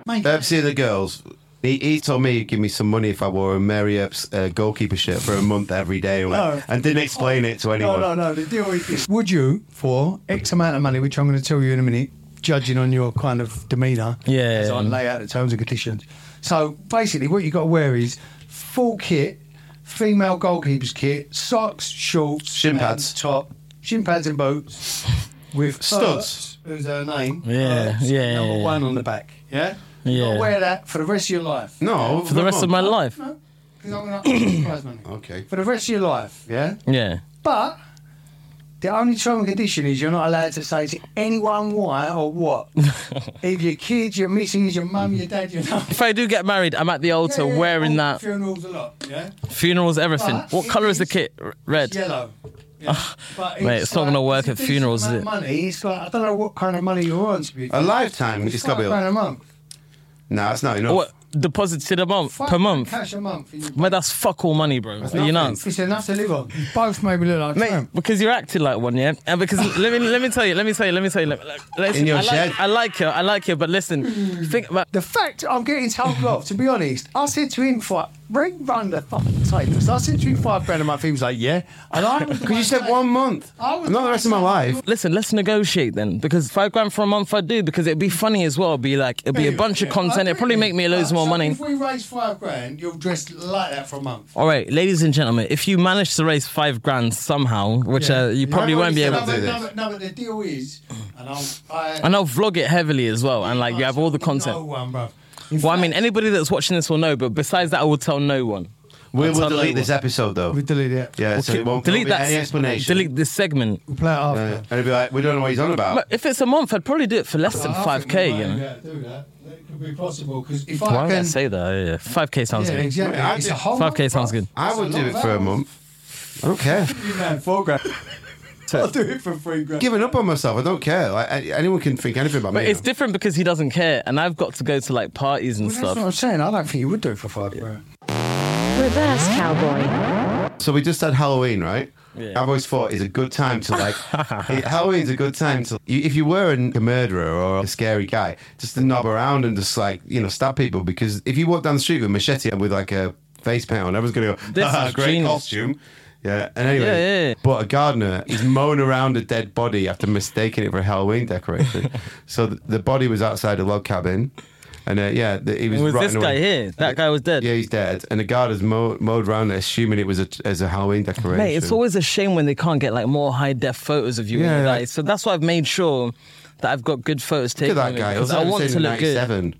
Speaker 2: Uh, see the girls. He, he told me he'd give me some money if I wore a Mary Epps uh, goalkeeper shirt for a month every day, and went-
Speaker 3: No.
Speaker 2: and didn't explain it to
Speaker 3: Oh. No,
Speaker 2: anyone.
Speaker 3: no, no. The deal is this. Would you, for X amount of money, which I'm going to tell you in a minute, judging on your kind of demeanour,
Speaker 4: Yeah.
Speaker 3: as I lay out the terms and conditions. So basically, what you got to wear is full kit, female goalkeeper's kit, socks, shorts,
Speaker 2: Shin pads.
Speaker 3: and top, shin pads and boots, with
Speaker 2: Studs.
Speaker 3: Herbs, who's her name?
Speaker 4: Yeah,
Speaker 3: Herbs,
Speaker 4: yeah,
Speaker 3: Number
Speaker 4: yeah.
Speaker 3: one on the back. Yeah. You
Speaker 4: Yeah.
Speaker 3: gotta wear that for the rest of your life.
Speaker 2: No,
Speaker 4: For the rest of my life.
Speaker 3: No, because I'm going to prize money.
Speaker 2: Okay.
Speaker 3: For the rest of your life, yeah.
Speaker 4: Yeah.
Speaker 3: But the only term and condition is you're not allowed to say to anyone why or what. Either your kids, your missus, your mum, your dad, your mum.
Speaker 4: If I do get married, I'm at the altar wearing that.
Speaker 3: Funerals a lot, yeah?
Speaker 4: Funerals, everything.
Speaker 3: But
Speaker 4: what
Speaker 3: it
Speaker 4: colour is the
Speaker 3: is-
Speaker 4: kit? R- Red.
Speaker 3: It's yellow. Yeah. But
Speaker 4: Ah, Mate, it's not gonna work
Speaker 3: it's a
Speaker 4: at
Speaker 3: decent
Speaker 4: funerals, is
Speaker 3: amount
Speaker 4: it?
Speaker 3: of Money. It's like, I don't know what kind of money you're on to be.
Speaker 2: A lifetime, it's
Speaker 3: It's
Speaker 2: got to be.
Speaker 3: five grand
Speaker 2: No,
Speaker 3: a month.
Speaker 2: that's not enough.
Speaker 4: What deposited a month
Speaker 3: Five
Speaker 4: per
Speaker 3: grand
Speaker 4: month?
Speaker 3: Cash a month. in your
Speaker 4: Mate, that's fuck all money, bro. Are you
Speaker 2: nothing.
Speaker 4: nuts?
Speaker 3: It's enough to live on. Both made me look like
Speaker 4: Mate,
Speaker 3: tramp.
Speaker 4: because you're acting like one, yeah. And because let me let me tell you, let me tell you, let me tell you. Let, let- listen,
Speaker 2: In your
Speaker 4: I
Speaker 2: shed.
Speaker 4: Like, I like you, I like you, but listen, think about
Speaker 3: The fact I'm getting told off, to be honest, I said to him, for, bring round the fucking tables. I said to him, five grand a month. He was like, yeah. And I was
Speaker 2: Because you said
Speaker 3: like,
Speaker 2: one month.
Speaker 3: I was
Speaker 2: Not the rest of my life.
Speaker 4: Listen, let's negotiate then, because five grand for a month I do, because it'd be funny as well. It'd be like it'd be a bunch of
Speaker 3: Yeah, I
Speaker 4: content. It'd
Speaker 3: agree
Speaker 4: probably
Speaker 3: with
Speaker 4: make
Speaker 3: you.
Speaker 4: me loads
Speaker 3: Right,
Speaker 4: more
Speaker 3: so
Speaker 4: money.
Speaker 3: If we raise five grand, you'll dress like that for a month.
Speaker 4: All right, ladies and gentlemen, if you manage to raise five grand somehow, which uh, you probably
Speaker 2: Why
Speaker 4: won't be
Speaker 2: would
Speaker 4: able to.
Speaker 2: you say
Speaker 3: no,
Speaker 2: do
Speaker 3: but,
Speaker 2: this.
Speaker 3: no, but the deal is, and I'm, I,
Speaker 4: And I'll vlog it heavily as well, and like you have all the
Speaker 3: No
Speaker 4: content.
Speaker 3: one, bruv.
Speaker 4: Well, I mean, anybody that's watching this will know, but besides that, I will tell no one.
Speaker 2: We
Speaker 4: I'll
Speaker 2: will
Speaker 4: tell no
Speaker 2: delete this
Speaker 4: one.
Speaker 2: episode, though.
Speaker 3: We delete it.
Speaker 2: yeah, so it won't,
Speaker 4: delete
Speaker 2: won't be
Speaker 4: that.
Speaker 2: any explanation.
Speaker 4: Delete this segment.
Speaker 3: We'll play it after.
Speaker 2: Uh, and it'd be like, we don't know what he's on about.
Speaker 4: But if it's a month, I'd probably do it for less than
Speaker 3: I
Speaker 4: five
Speaker 3: think
Speaker 4: k.
Speaker 3: we
Speaker 4: You
Speaker 3: might be
Speaker 4: know.
Speaker 3: able to do that. That could be possible because if
Speaker 4: Why
Speaker 3: I
Speaker 4: would I
Speaker 3: can.
Speaker 4: say that? Yeah, Yeah, five k sounds
Speaker 3: yeah,
Speaker 4: good.
Speaker 3: exactly.
Speaker 2: I'd
Speaker 3: It's
Speaker 2: do-
Speaker 3: a whole
Speaker 4: Five k
Speaker 3: month,
Speaker 4: sounds
Speaker 3: bruv.
Speaker 4: good.
Speaker 2: I would do it for a month. I don't care.
Speaker 3: You man, four grand. I'll do it for three grand.
Speaker 2: Giving up on myself, I don't care. Like I, anyone can think anything about
Speaker 4: But
Speaker 2: me.
Speaker 4: it's different because he doesn't care, and I've got to go to like parties and
Speaker 3: Well, that's what I'm
Speaker 4: stuff.
Speaker 3: saying. I don't think you would do it for five grand.
Speaker 5: Reverse cowboy.
Speaker 2: so we just had Halloween, right?
Speaker 4: Yeah.
Speaker 2: I've always thought it's a good time to like. it- Halloween's a good time to you, if you were an- a murderer or a scary guy, just to knob around and just like you know stab people because if you walk down the street with a machete and with like a face paint on, everyone's gonna go.
Speaker 4: This
Speaker 2: "Ah,
Speaker 4: is
Speaker 2: great
Speaker 4: genius."
Speaker 2: costume. Yeah, and anyway,
Speaker 4: Yeah, yeah, yeah.
Speaker 2: but a gardener is mowing around a dead body after mistaking it for a Halloween decoration. so the, the body was outside a log cabin, and uh, yeah, the, he was.
Speaker 4: Was
Speaker 2: rotting
Speaker 4: this guy
Speaker 2: away.
Speaker 4: here? That guy was dead.
Speaker 2: Yeah, he's dead. And the guard has mowed, mowed around it, assuming it was a, as a Halloween decoration.
Speaker 4: Mate, it's always a shame when they can't get like more high def photos of you.
Speaker 2: Yeah,
Speaker 4: Yeah,
Speaker 2: like-
Speaker 4: so that's why I've made sure that I've got good photos
Speaker 2: Look
Speaker 4: taken.
Speaker 2: at that
Speaker 4: of me,
Speaker 2: guy.
Speaker 4: because
Speaker 2: I
Speaker 4: I want to look good.
Speaker 2: 97.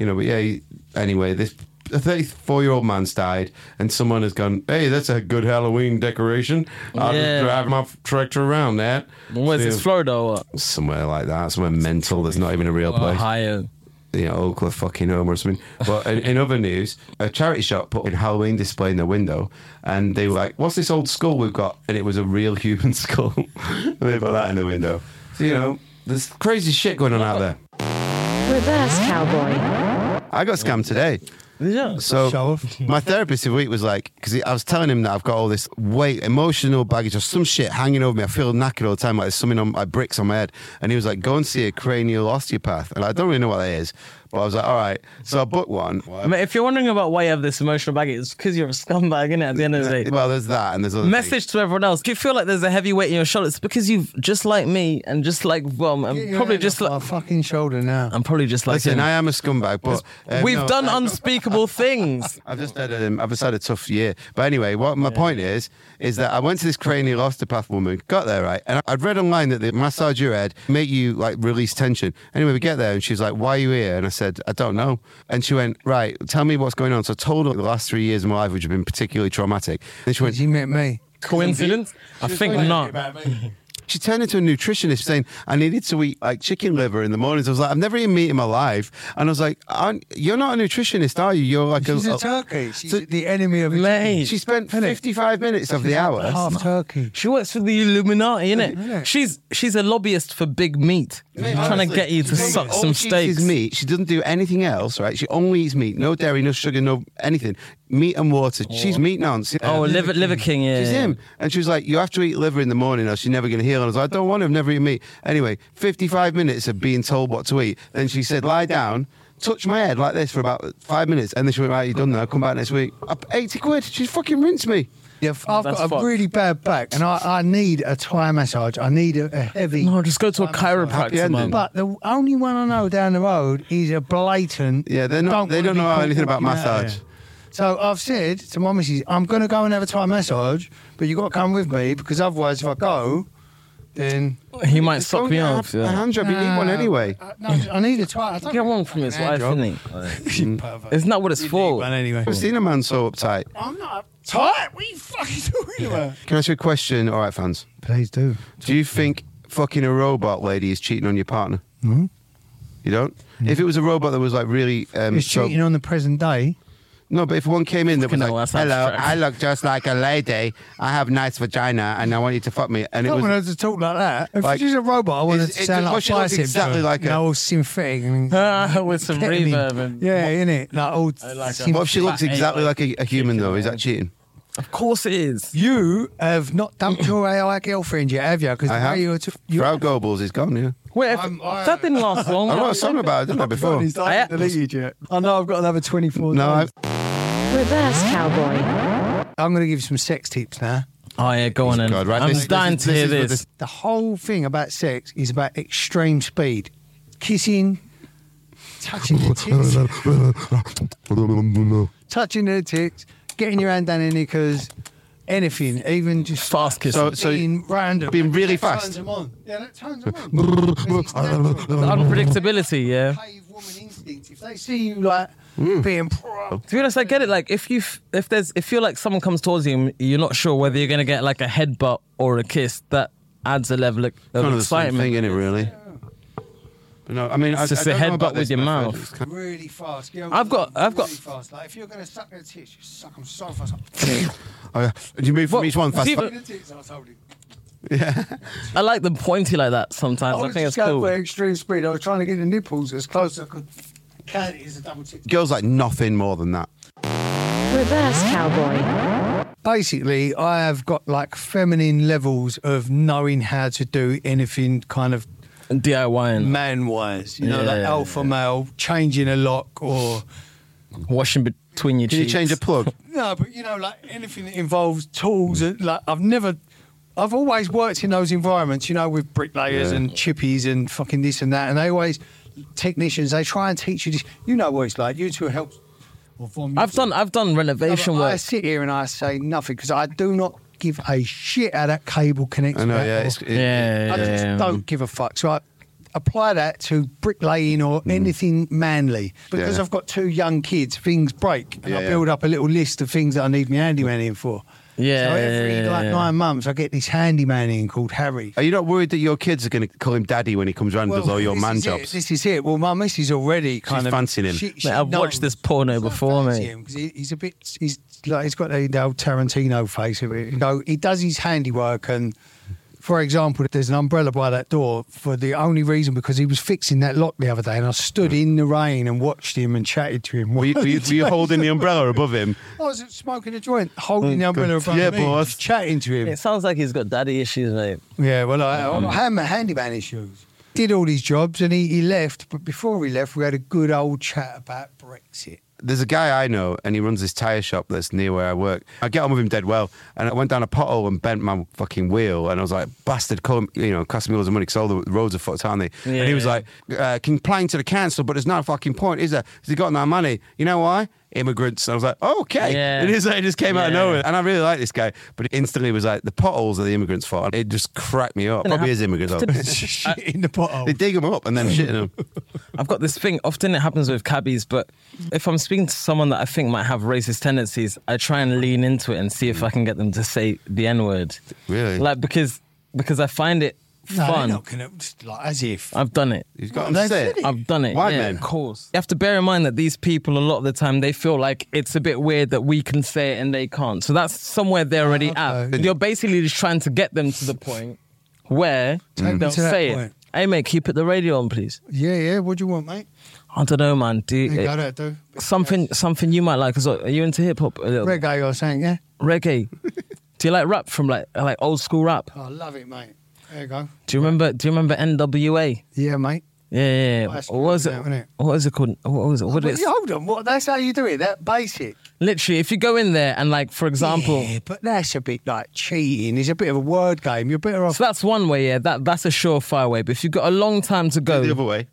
Speaker 2: You know, but yeah, he, anyway, this. A 34 year old man's died, and someone has gone, Hey, that's a good Halloween decoration. I'll
Speaker 4: Yeah.
Speaker 2: just drive my tractor around that.
Speaker 4: Where's
Speaker 2: See
Speaker 4: this,
Speaker 2: if-
Speaker 4: Florida or what?
Speaker 2: Somewhere like that, somewhere mental that's not even a real place.
Speaker 4: Ohio.
Speaker 2: you know, Oakland fucking home or something. But in, in other news, a charity shop put a Halloween display in their window and they were like, What's this old skull we've got? And it was a real human skull. and they put that in the window. So, you know, there's crazy shit going on out there.
Speaker 5: Reverse cowboy.
Speaker 2: I got scammed today.
Speaker 4: Yeah.
Speaker 3: Show
Speaker 2: So
Speaker 3: off.
Speaker 2: my therapist this week was like, because I was telling him that I've got all this weight, emotional baggage, or some shit hanging over me. I feel knackered all the time, like there's something on like bricks on my head. And he was like, go and see a cranial osteopath. And I don't really know what that is, But I was like, all right. So I booked one.
Speaker 4: Mate, if you're wondering about why you have this emotional baggage, it's because you're a scumbag, innit? At the end of the day.
Speaker 2: Well, there's that, and there's other
Speaker 4: Message to everyone else. Do you feel like there's a heavy weight in your shoulders? It's because you've just like me and just like Vom and probably just like
Speaker 3: my fucking shoulder now.
Speaker 4: I'm probably just like
Speaker 2: Things. Listen,
Speaker 4: him.
Speaker 2: I am a scumbag, but uh,
Speaker 4: We've
Speaker 2: no,
Speaker 4: done
Speaker 2: I-
Speaker 4: unspeakable things.
Speaker 2: I've just had um, I've just had a tough year. But anyway, what my point is is that I went to this cranial osteopath woman, got there right, and I'd read online that they massage your head, make you like release tension. Anyway, we get there and she's like, "Why are you here?" And I said, "I don't know." And she went, "Right, tell me what's going on." So I told her the last three years of my life, which have been particularly traumatic. And she went,
Speaker 3: You met me.
Speaker 4: Coincidence? I think not.
Speaker 2: she turned into a nutritionist saying I needed to eat like chicken liver in the mornings. I was like, I've never eaten meat in my life, and I was like, Aren't, "You're not a nutritionist, are you? You're like
Speaker 3: She's
Speaker 2: a,
Speaker 3: a turkey. She's
Speaker 2: uh, So-
Speaker 3: the enemy of
Speaker 4: Mate.
Speaker 2: She spent 55 minutes of the hour.
Speaker 3: half turkey.
Speaker 4: She works for the Illuminati, innit?
Speaker 3: innit?
Speaker 4: She's she's a lobbyist for big meat, trying to get you to suck
Speaker 2: All
Speaker 4: some
Speaker 2: she
Speaker 4: steaks.
Speaker 2: Eats is meat. She doesn't do anything else, right? She only eats meat. No dairy, no sugar, no anything. Meat and water. She's meat nonce.
Speaker 4: Oh, Liver, Liver King, yeah.
Speaker 2: She's him. And she was like, You have to eat liver in the morning or she's never going to heal. And I was like, I don't want to, I've never eaten meat. Anyway, 55 minutes of being told what to eat. Then she said, Lie down, touch my head like this for about five minutes. And then she went, Right, you're done now, come back next week. Up 80 quid. She's fucking rinsed me.
Speaker 3: Yeah, I've
Speaker 4: That's
Speaker 3: got a
Speaker 4: fucked.
Speaker 3: really bad back, and I, I need a Thai massage. I need a, a heavy.
Speaker 4: No, just go to a
Speaker 2: Happy
Speaker 4: chiropractor,
Speaker 2: ending.
Speaker 4: man.
Speaker 3: But the only one I know down the road is a blatant.
Speaker 2: Yeah, they're not- they
Speaker 3: wanna
Speaker 2: don't
Speaker 3: be
Speaker 2: know
Speaker 3: caught
Speaker 2: anything about
Speaker 3: walking out of
Speaker 2: massage.
Speaker 3: here. So I've said to my missus, I'm going to go and have a Thai massage, but you've got to come with me because otherwise, if I go, then
Speaker 4: He might suck me
Speaker 2: Go and
Speaker 4: off.
Speaker 2: get A a
Speaker 4: Yeah.
Speaker 2: hand job. You need one anyway.
Speaker 3: I, Uh, no, I need a Thai. I don't
Speaker 4: Get one from his wife,
Speaker 2: Andrew.
Speaker 4: innit? It's not what it's for.
Speaker 3: But anyway,
Speaker 2: I've seen a man so uptight.
Speaker 3: I'm not Thai. What are you fucking talking about?
Speaker 2: Can I ask you a question? All right, fans.
Speaker 3: Please do.
Speaker 2: Do you think fucking a robot lady is cheating on your partner? Mm-hmm.
Speaker 3: Hmm?
Speaker 2: You don't? If it was a robot that was like really. Um,
Speaker 3: It's
Speaker 2: so-
Speaker 3: cheating on the present day.
Speaker 2: No, but if one came in that
Speaker 4: Fucking
Speaker 2: was like,
Speaker 4: hell, that's
Speaker 2: hello,
Speaker 4: abstract."
Speaker 2: I look just like a lady. I have nice vagina and I want you to fuck me. And it
Speaker 3: I don't
Speaker 2: was.
Speaker 3: want her to talk like that. If
Speaker 2: Like-
Speaker 3: she's a robot, I want her
Speaker 2: It's-
Speaker 3: to
Speaker 2: it-
Speaker 3: sound
Speaker 2: well,
Speaker 3: like
Speaker 2: she looks
Speaker 3: biceps.
Speaker 2: exactly like
Speaker 3: you
Speaker 2: her.
Speaker 3: know, all synthetic. And
Speaker 4: Ah, with some
Speaker 3: Ketamine.
Speaker 4: reverb and
Speaker 3: Yeah, innit? Like all
Speaker 4: like her.
Speaker 3: sym-
Speaker 2: What if she looks
Speaker 4: Fat
Speaker 2: exactly
Speaker 4: AI.
Speaker 2: like a, a human, though? Is that cheating?
Speaker 4: Of course it is.
Speaker 3: You have not dumped your AI girlfriend yet, have you? Because
Speaker 2: I have.
Speaker 3: you
Speaker 2: You're
Speaker 3: were you
Speaker 2: Frau Goebbels is gone, yeah.
Speaker 4: Wait, if,
Speaker 3: I'm- I-
Speaker 4: that didn't last long.
Speaker 2: I wrote a song about it, didn't I, before?
Speaker 4: I haven't
Speaker 3: deleted yet. I know I've got another 24
Speaker 2: No, I,
Speaker 5: Reverse cowboy.
Speaker 3: I'm going to give you some sex tips now.
Speaker 4: Oh yeah, go on. Then.
Speaker 2: God, right,
Speaker 4: I'm
Speaker 2: this-
Speaker 4: dying
Speaker 2: this
Speaker 4: to hear
Speaker 2: is- this
Speaker 4: this.
Speaker 2: is with
Speaker 3: The whole thing about sex is about extreme speed. Kissing, touching the tits, touching the tits, getting your hand down in knickers, anything, even just
Speaker 4: Fast kiss.
Speaker 2: So- so
Speaker 3: being random.
Speaker 2: being really
Speaker 3: That
Speaker 2: fast.
Speaker 3: Turns them on. Yeah, that turns them on. 'Cause it's natural.
Speaker 4: Unpredictability, yeah.
Speaker 3: Cave woman instinct. If they see you like
Speaker 4: Mm.
Speaker 3: being pro,
Speaker 4: To be honest, I get it. Like if you f- if there's if you're like someone comes towards you, and you're not sure whether you're gonna get like a headbutt or a kiss. That adds a level of, of
Speaker 2: kind of the same
Speaker 4: excitement.
Speaker 2: thing, innit, really? But no, I mean, I,
Speaker 4: It's just
Speaker 2: I
Speaker 4: a
Speaker 2: don't know
Speaker 4: headbutt
Speaker 2: about
Speaker 4: with
Speaker 2: this,
Speaker 4: your
Speaker 2: but I've heard
Speaker 4: mouth.
Speaker 2: it's kind
Speaker 3: really fast. Girls
Speaker 4: I've got- I've
Speaker 3: really
Speaker 4: got-
Speaker 3: fast. Like if you're gonna suck their tits, you suck them so fast.
Speaker 2: of- Oh, yeah. Do you move from
Speaker 4: What-
Speaker 2: each one fast?
Speaker 4: people-
Speaker 3: The tits, I told you.
Speaker 4: I like them pointy like that sometimes. I,
Speaker 2: Oh,
Speaker 3: I was
Speaker 4: think it's
Speaker 3: just going
Speaker 4: cool.
Speaker 3: for extreme speed. I was trying to get the nipples as close as I could. Count it as a double tit.
Speaker 2: Girls like nothing more than that.
Speaker 5: Reverse cowboy.
Speaker 3: basically I have got like feminine levels of knowing how to do anything kind of
Speaker 4: DIY and
Speaker 3: man wise. You know,
Speaker 4: Yeah,
Speaker 3: like
Speaker 4: yeah,
Speaker 3: alpha male, changing a lock or
Speaker 4: washing between your
Speaker 2: Can you
Speaker 4: cheeks.
Speaker 2: change a plug?
Speaker 3: no, but you know, like anything that involves tools and like I've never I've always worked in those environments, you know, with bricklayers
Speaker 2: Yeah.
Speaker 3: and chippies and fucking this and that and they always technicians, they try and teach you this you know what it's like. You two help or from you
Speaker 4: I've
Speaker 3: two.
Speaker 4: done I've done renovation
Speaker 2: Oh,
Speaker 3: No, but I
Speaker 4: work.
Speaker 3: sit here and I say nothing because I do not give a shit how that cable connects.
Speaker 2: I know,
Speaker 3: back
Speaker 2: yeah.
Speaker 3: or-
Speaker 2: It's, it,
Speaker 4: Yeah,
Speaker 3: I just
Speaker 4: yeah, yeah.
Speaker 3: don't give a fuck. So I apply that to bricklaying or anything manly because
Speaker 2: Hmm. Yeah.
Speaker 3: I've got two young kids. Things break, and
Speaker 2: Yeah,
Speaker 3: I
Speaker 2: yeah.
Speaker 3: build up a little list of things that I need my handyman in for.
Speaker 4: Yeah,
Speaker 3: So
Speaker 4: yeah,
Speaker 3: every
Speaker 4: yeah,
Speaker 3: like
Speaker 4: yeah.
Speaker 3: nine months, I get this handyman in called Harry.
Speaker 2: Are you not worried that your kids are going to call him daddy when he comes round and does all your
Speaker 3: this
Speaker 2: man
Speaker 3: is it,
Speaker 2: jobs?
Speaker 3: This is it. Well, my missus already kind of
Speaker 2: fancying him.
Speaker 3: She,
Speaker 2: Mate,
Speaker 3: she
Speaker 4: Mate, I've
Speaker 3: knows.
Speaker 4: watched this porno before,
Speaker 3: fancy
Speaker 4: mate.
Speaker 3: him 'cause he, he's a bit. He's like he's got the, the old Tarantino face. of it. You know, he does his handiwork and. For example, there's an umbrella by that door for the only reason because he was fixing that lock the other day, and I stood in the rain and watched him and chatted to him.
Speaker 2: Were you, were you, were you holding the umbrella above him?
Speaker 3: I was smoking a joint, holding the umbrella
Speaker 2: good.
Speaker 3: above
Speaker 2: Yeah,
Speaker 3: me,
Speaker 2: boss.
Speaker 3: just chatting to him.
Speaker 4: It sounds like he's got daddy issues, mate.
Speaker 3: Yeah, well, I, I have my handyman issues. did all these jobs and he, he left. But before he left, we had a good old chat about Brexit.
Speaker 2: There's a guy I know, and he runs this tyre shop that's near where I work. I get on with him dead well, and I went down a pothole and bent my fucking wheel, and I was like, "Bastard, call him, you know, cost me loads of money because all the roads are fucked, aren't they?" And he was
Speaker 4: Yeah.
Speaker 2: like, uh, "Complain to the council, but there's no fucking point, is there? 'Cause he got no money. You know why? Immigrants." And I was like, oh, "Okay."
Speaker 4: Yeah.
Speaker 2: It is. It just came out of
Speaker 4: Yeah.
Speaker 2: nowhere, and I really like this guy, but it instantly was like, "The potholes are the immigrants' fault." And It just cracked me up. Probably is immigrants' fault.
Speaker 4: Uh,
Speaker 3: Shit in the
Speaker 2: they
Speaker 3: pothole.
Speaker 2: dig them up and then shit in them.
Speaker 4: I've got this thing. Often it happens with cabbies, but if I'm speaking to someone that I think might have racist tendencies, I try and lean into it and see if I can get them to say the N word.
Speaker 2: Really?
Speaker 4: Like because because I find it
Speaker 3: No, they're
Speaker 4: fun.
Speaker 3: not gonna, just like, as if.
Speaker 4: I've done it.
Speaker 2: He's got them sick.
Speaker 4: I've done it.
Speaker 2: White
Speaker 4: yeah,
Speaker 2: men.
Speaker 4: Of course. You have to bear in mind that these people, a lot of the time, they feel like it's a bit weird that we can say it and they can't. So that's somewhere they're already
Speaker 3: Oh,
Speaker 4: at. You're basically just trying to get them to the point
Speaker 2: Mm.
Speaker 4: where
Speaker 3: me
Speaker 4: they'll
Speaker 3: to that
Speaker 4: say it.
Speaker 3: point.
Speaker 4: Hey, mate, keep it the radio on, please.
Speaker 3: Yeah, yeah. What do you want, mate?
Speaker 4: I don't know, man. Do you,
Speaker 3: There you go, that do.
Speaker 4: something something you might like as well. Are you into hip hop?
Speaker 3: Reggae or something, yeah?
Speaker 4: Reggae. do you like rap from like like old school rap?
Speaker 3: Oh, I love it, mate. There you go.
Speaker 4: Do you remember? Do you remember NWA?
Speaker 3: Yeah, mate.
Speaker 4: Yeah, yeah. yeah.
Speaker 3: Well, that's
Speaker 4: What was
Speaker 3: good now, isn't
Speaker 4: it?
Speaker 3: it?
Speaker 4: What was it called? What was it? What
Speaker 3: Well,
Speaker 4: is,
Speaker 3: yeah, hold on, what? That's how you do it. That basic.
Speaker 4: literally, if you go in there and like, for example,
Speaker 3: Yeah, but that's a bit like cheating. It's a bit of a word game. You're better off.
Speaker 4: so that's one way. Yeah, that that's a surefire way. But if you've got a long time to go,
Speaker 2: The other way.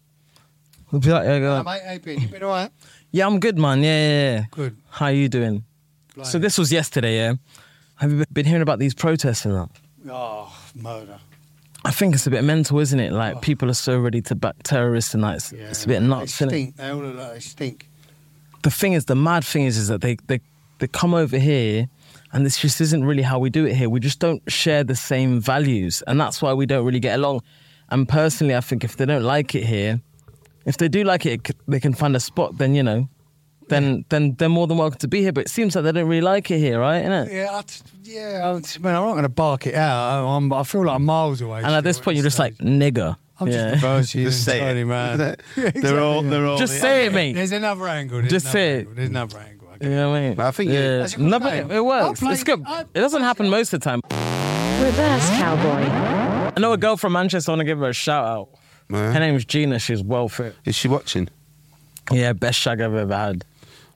Speaker 4: you'll be like, yeah,
Speaker 3: Hey,
Speaker 4: go,
Speaker 3: mate, hey, Ben, you been all right?
Speaker 4: yeah, I'm good, man. Yeah, yeah, yeah.
Speaker 3: Good.
Speaker 4: How you doing? So this was yesterday. Yeah. Have you been hearing about these protests and that?
Speaker 3: Oh, murder.
Speaker 4: I think it's a bit mental, isn't it? Like people are so ready to back terrorists, and like it's,
Speaker 3: Oh. Yeah,
Speaker 4: it's a bit nuts.
Speaker 3: They
Speaker 4: Isn't it?
Speaker 3: stink. They all look like they stink.
Speaker 4: The thing is, the mad thing is, is that they they they come over here, and this just isn't really how we do it here. We just don't share the same values, and that's why we don't really get along. And personally, I think if they don't like it here, if they do like it, c- they can find a spot. Then you know, then then they're more than welcome to be here. But it seems like they don't really like it here, right? Innit?
Speaker 3: Yeah, I t- yeah. I t- man, I'm not going to bark it out. I, I'm, I feel like I'm miles away.
Speaker 4: And at this point, you're just like nigger.
Speaker 3: I'm
Speaker 4: yeah.
Speaker 3: just a virtue.
Speaker 2: Just say
Speaker 3: entirely,
Speaker 2: it.
Speaker 3: man.
Speaker 2: They're,
Speaker 3: Yeah, exactly,
Speaker 2: all.
Speaker 3: yeah.
Speaker 2: They're all.
Speaker 4: Just say it, mate.
Speaker 3: There's another angle. There's
Speaker 4: Just
Speaker 3: another
Speaker 4: say it.
Speaker 3: angle. There's another angle. Okay.
Speaker 4: You know what I mean?
Speaker 2: I think, yeah.
Speaker 4: yeah.
Speaker 3: That's a good
Speaker 4: No, but
Speaker 3: game.
Speaker 4: it, it works.
Speaker 3: I'll
Speaker 4: It's
Speaker 3: play-
Speaker 4: good.
Speaker 3: I'll
Speaker 4: It doesn't happen most of the time.
Speaker 5: Reverse cowboy.
Speaker 4: I know a girl from Manchester. I want to give her a shout out.
Speaker 2: Yeah.
Speaker 4: Her name's Gina. She's well fit.
Speaker 2: Is she watching?
Speaker 4: Yeah, best shag I've ever had.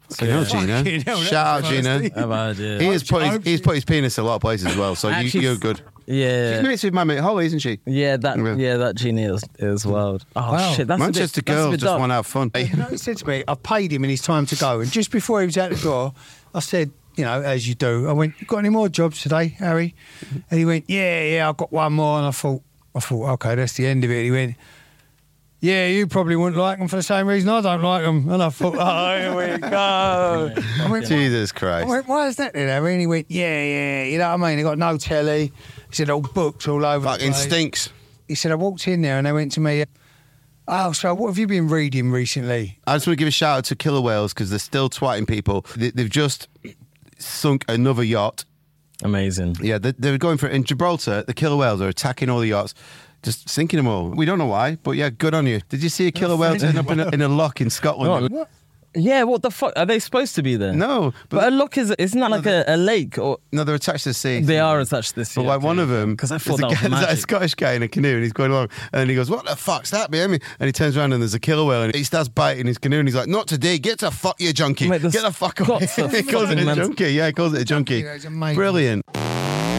Speaker 2: Fucking hell,
Speaker 3: Fucking
Speaker 2: Gina.
Speaker 3: hell, that's
Speaker 2: Shout out,
Speaker 3: nasty.
Speaker 2: Gina.
Speaker 4: Ever had, yeah.
Speaker 2: He has put
Speaker 3: hope
Speaker 2: his, he's put his penis a lot of places as well, so you,
Speaker 4: Actually,
Speaker 2: you're good. She's
Speaker 4: Yeah.
Speaker 2: mates with my mate Holly, isn't she?
Speaker 4: Yeah, that
Speaker 2: Yeah.
Speaker 4: yeah, that Gina is, is wild. Oh
Speaker 3: Wow.
Speaker 4: shit, that's
Speaker 2: Manchester
Speaker 4: a bit,
Speaker 2: girls
Speaker 4: that's a bit
Speaker 2: just
Speaker 4: dark.
Speaker 2: want to have fun.
Speaker 3: You know, he said to me, I paid him and it's time to go. And just before he was out the door, I said, you know, as you do, I went, you got any more jobs today, Harry? And he went, yeah, yeah, I've got one more. And I thought, I thought, okay, that's the end of it. he went, yeah, you probably wouldn't like them for the same reason I don't like them. And I thought, oh, here we go. I went,
Speaker 2: Jesus
Speaker 3: I
Speaker 2: Christ.
Speaker 3: went, why is that then, Harry? And he went, yeah, yeah, you know what I mean? They got no telly. He said, all books all over the
Speaker 2: Fucking
Speaker 3: place."
Speaker 2: stinks.
Speaker 3: He said, I walked in there and they went to me, oh, so what have you been reading recently?
Speaker 2: I just want to give a shout out to Killer Whales because they're still twatting people. They, they've just sunk another yacht.
Speaker 4: Amazing.
Speaker 2: Yeah, they, they're going for it. In Gibraltar, the Killer Whales are attacking all the yachts. Just sinking them all. We don't know why, but yeah, good on you. Did you see a killer whale turn up in a, in a lock in Scotland?
Speaker 4: What? Yeah, what the fuck? Are they supposed to be there?
Speaker 2: No,
Speaker 4: But, a lock is isn't that like a, a lake or
Speaker 2: No, they're attached to the sea.
Speaker 4: they are attached to this?
Speaker 2: But like one of them,
Speaker 4: because I
Speaker 2: there's
Speaker 4: thought
Speaker 2: a
Speaker 4: that was
Speaker 2: guy- there's
Speaker 4: magic.
Speaker 2: a Scottish guy in a canoe, and he's going along, and then he goes, "What the fuck's that behind me?" And he turns around, and there's a killer whale, and he starts biting his canoe, and he's like, "Not today! Get the fuck you junkie!
Speaker 4: Mate, the
Speaker 2: Get the fuck away!"
Speaker 4: Scots are
Speaker 2: he calls it
Speaker 4: fucking
Speaker 2: a
Speaker 4: mental.
Speaker 2: junkie. Yeah, he calls it a junkie.
Speaker 3: That's amazing.
Speaker 2: Brilliant.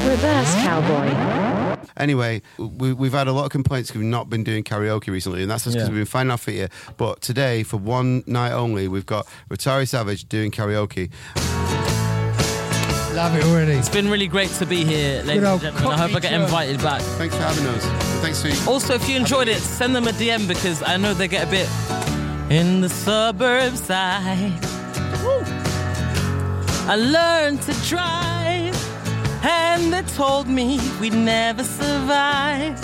Speaker 5: Reverse cowboy.
Speaker 2: Anyway, we, we've had a lot of complaints 'cause we've not been doing karaoke recently, and that's just because
Speaker 4: Yeah.
Speaker 2: we've been finding out for you. But today, for one night only, we've got Rotari Savage doing karaoke.
Speaker 3: Love it already.
Speaker 4: It's been really great to be here, ladies and
Speaker 3: old
Speaker 4: gentlemen. I hope I get
Speaker 3: cockney
Speaker 4: invited back.
Speaker 2: Thanks for having us. Thanks for
Speaker 4: Also, if you enjoyed it, send them a DM because I know they get a bit in the suburbs. I, Woo. I learned to drive, and they told me we'd never survive.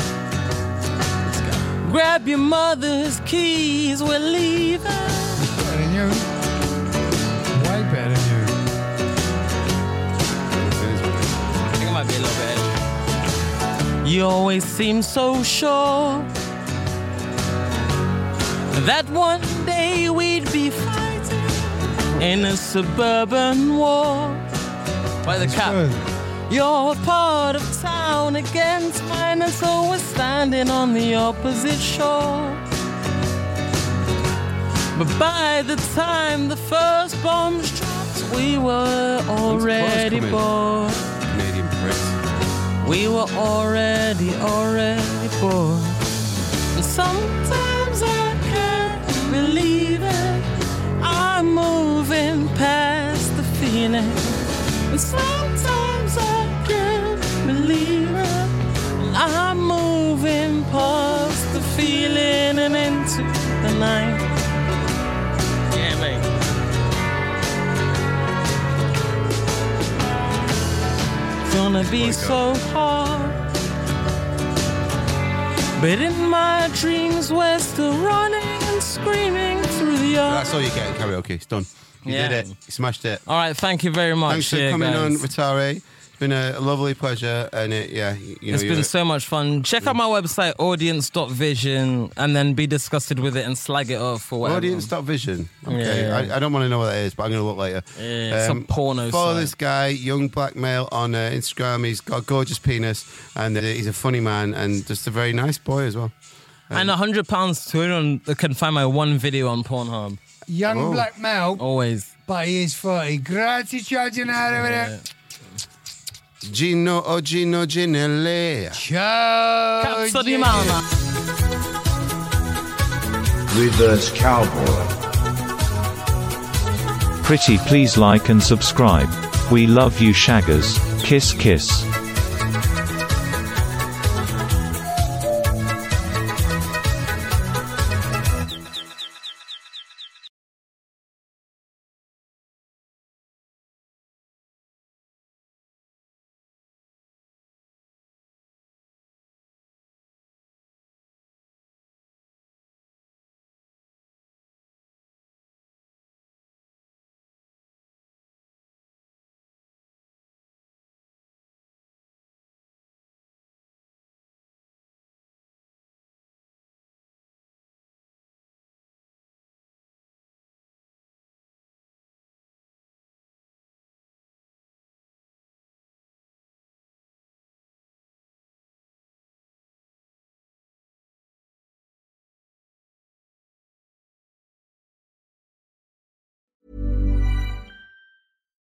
Speaker 4: Grab your mother's keys, we're leaving.
Speaker 3: Better than you. Way better than you.
Speaker 4: I think it might be a little bit edgy. You always seem so sure that one day we'd be fighting in a suburban war. By the cap.
Speaker 3: Good.
Speaker 4: You're part of town against mine, and so we're standing on the opposite shore. But by the time the first bombs dropped, we were already
Speaker 2: coming?
Speaker 4: bored.
Speaker 2: Canadian press.
Speaker 4: We were already, already bored. And sometimes I can't believe it. I'm moving past the feeling. And sometimes I can't believe it. I'm moving past the feeling and into the night. Yeah, mate. gonna be so hard. But in my dreams, we're still running and screaming through the yard.
Speaker 2: That's all you get in karaoke. It's done. You
Speaker 4: Yeah.
Speaker 2: did it. You smashed it.
Speaker 4: All right, thank you very much.
Speaker 2: Thanks for
Speaker 4: yeah,
Speaker 2: coming
Speaker 4: guys.
Speaker 2: on, Ritare. It's been a lovely pleasure, and it, yeah, you know,
Speaker 4: It's
Speaker 2: you're-
Speaker 4: been so much fun. Check out my website, audience.vision, and then be disgusted with it and slag it off or whatever.
Speaker 2: Audience dot vision. Okay,
Speaker 4: Yeah.
Speaker 2: I, I don't want to know what that is, but I'm going to look later. Um,
Speaker 4: Yeah, it's a porno
Speaker 2: Follow
Speaker 4: site.
Speaker 2: this guy, young black male, on uh, Instagram. He's got a gorgeous penis, and uh, he's a funny man, and just a very nice boy as well.
Speaker 4: And £100 to anyone that can find my one video on Pornhub.
Speaker 3: Young
Speaker 2: Oh.
Speaker 3: black male,
Speaker 4: Always.
Speaker 3: but he is 30. Grazie, ciao, Gennaro.
Speaker 2: Gino Ogino Ginele.
Speaker 3: Ciao.
Speaker 2: Oh,
Speaker 4: Cazzo di
Speaker 3: Gennaro.
Speaker 4: mama.
Speaker 8: Reverse Cowboy.
Speaker 9: Pretty please like and subscribe. We love you shaggers. Kiss kiss.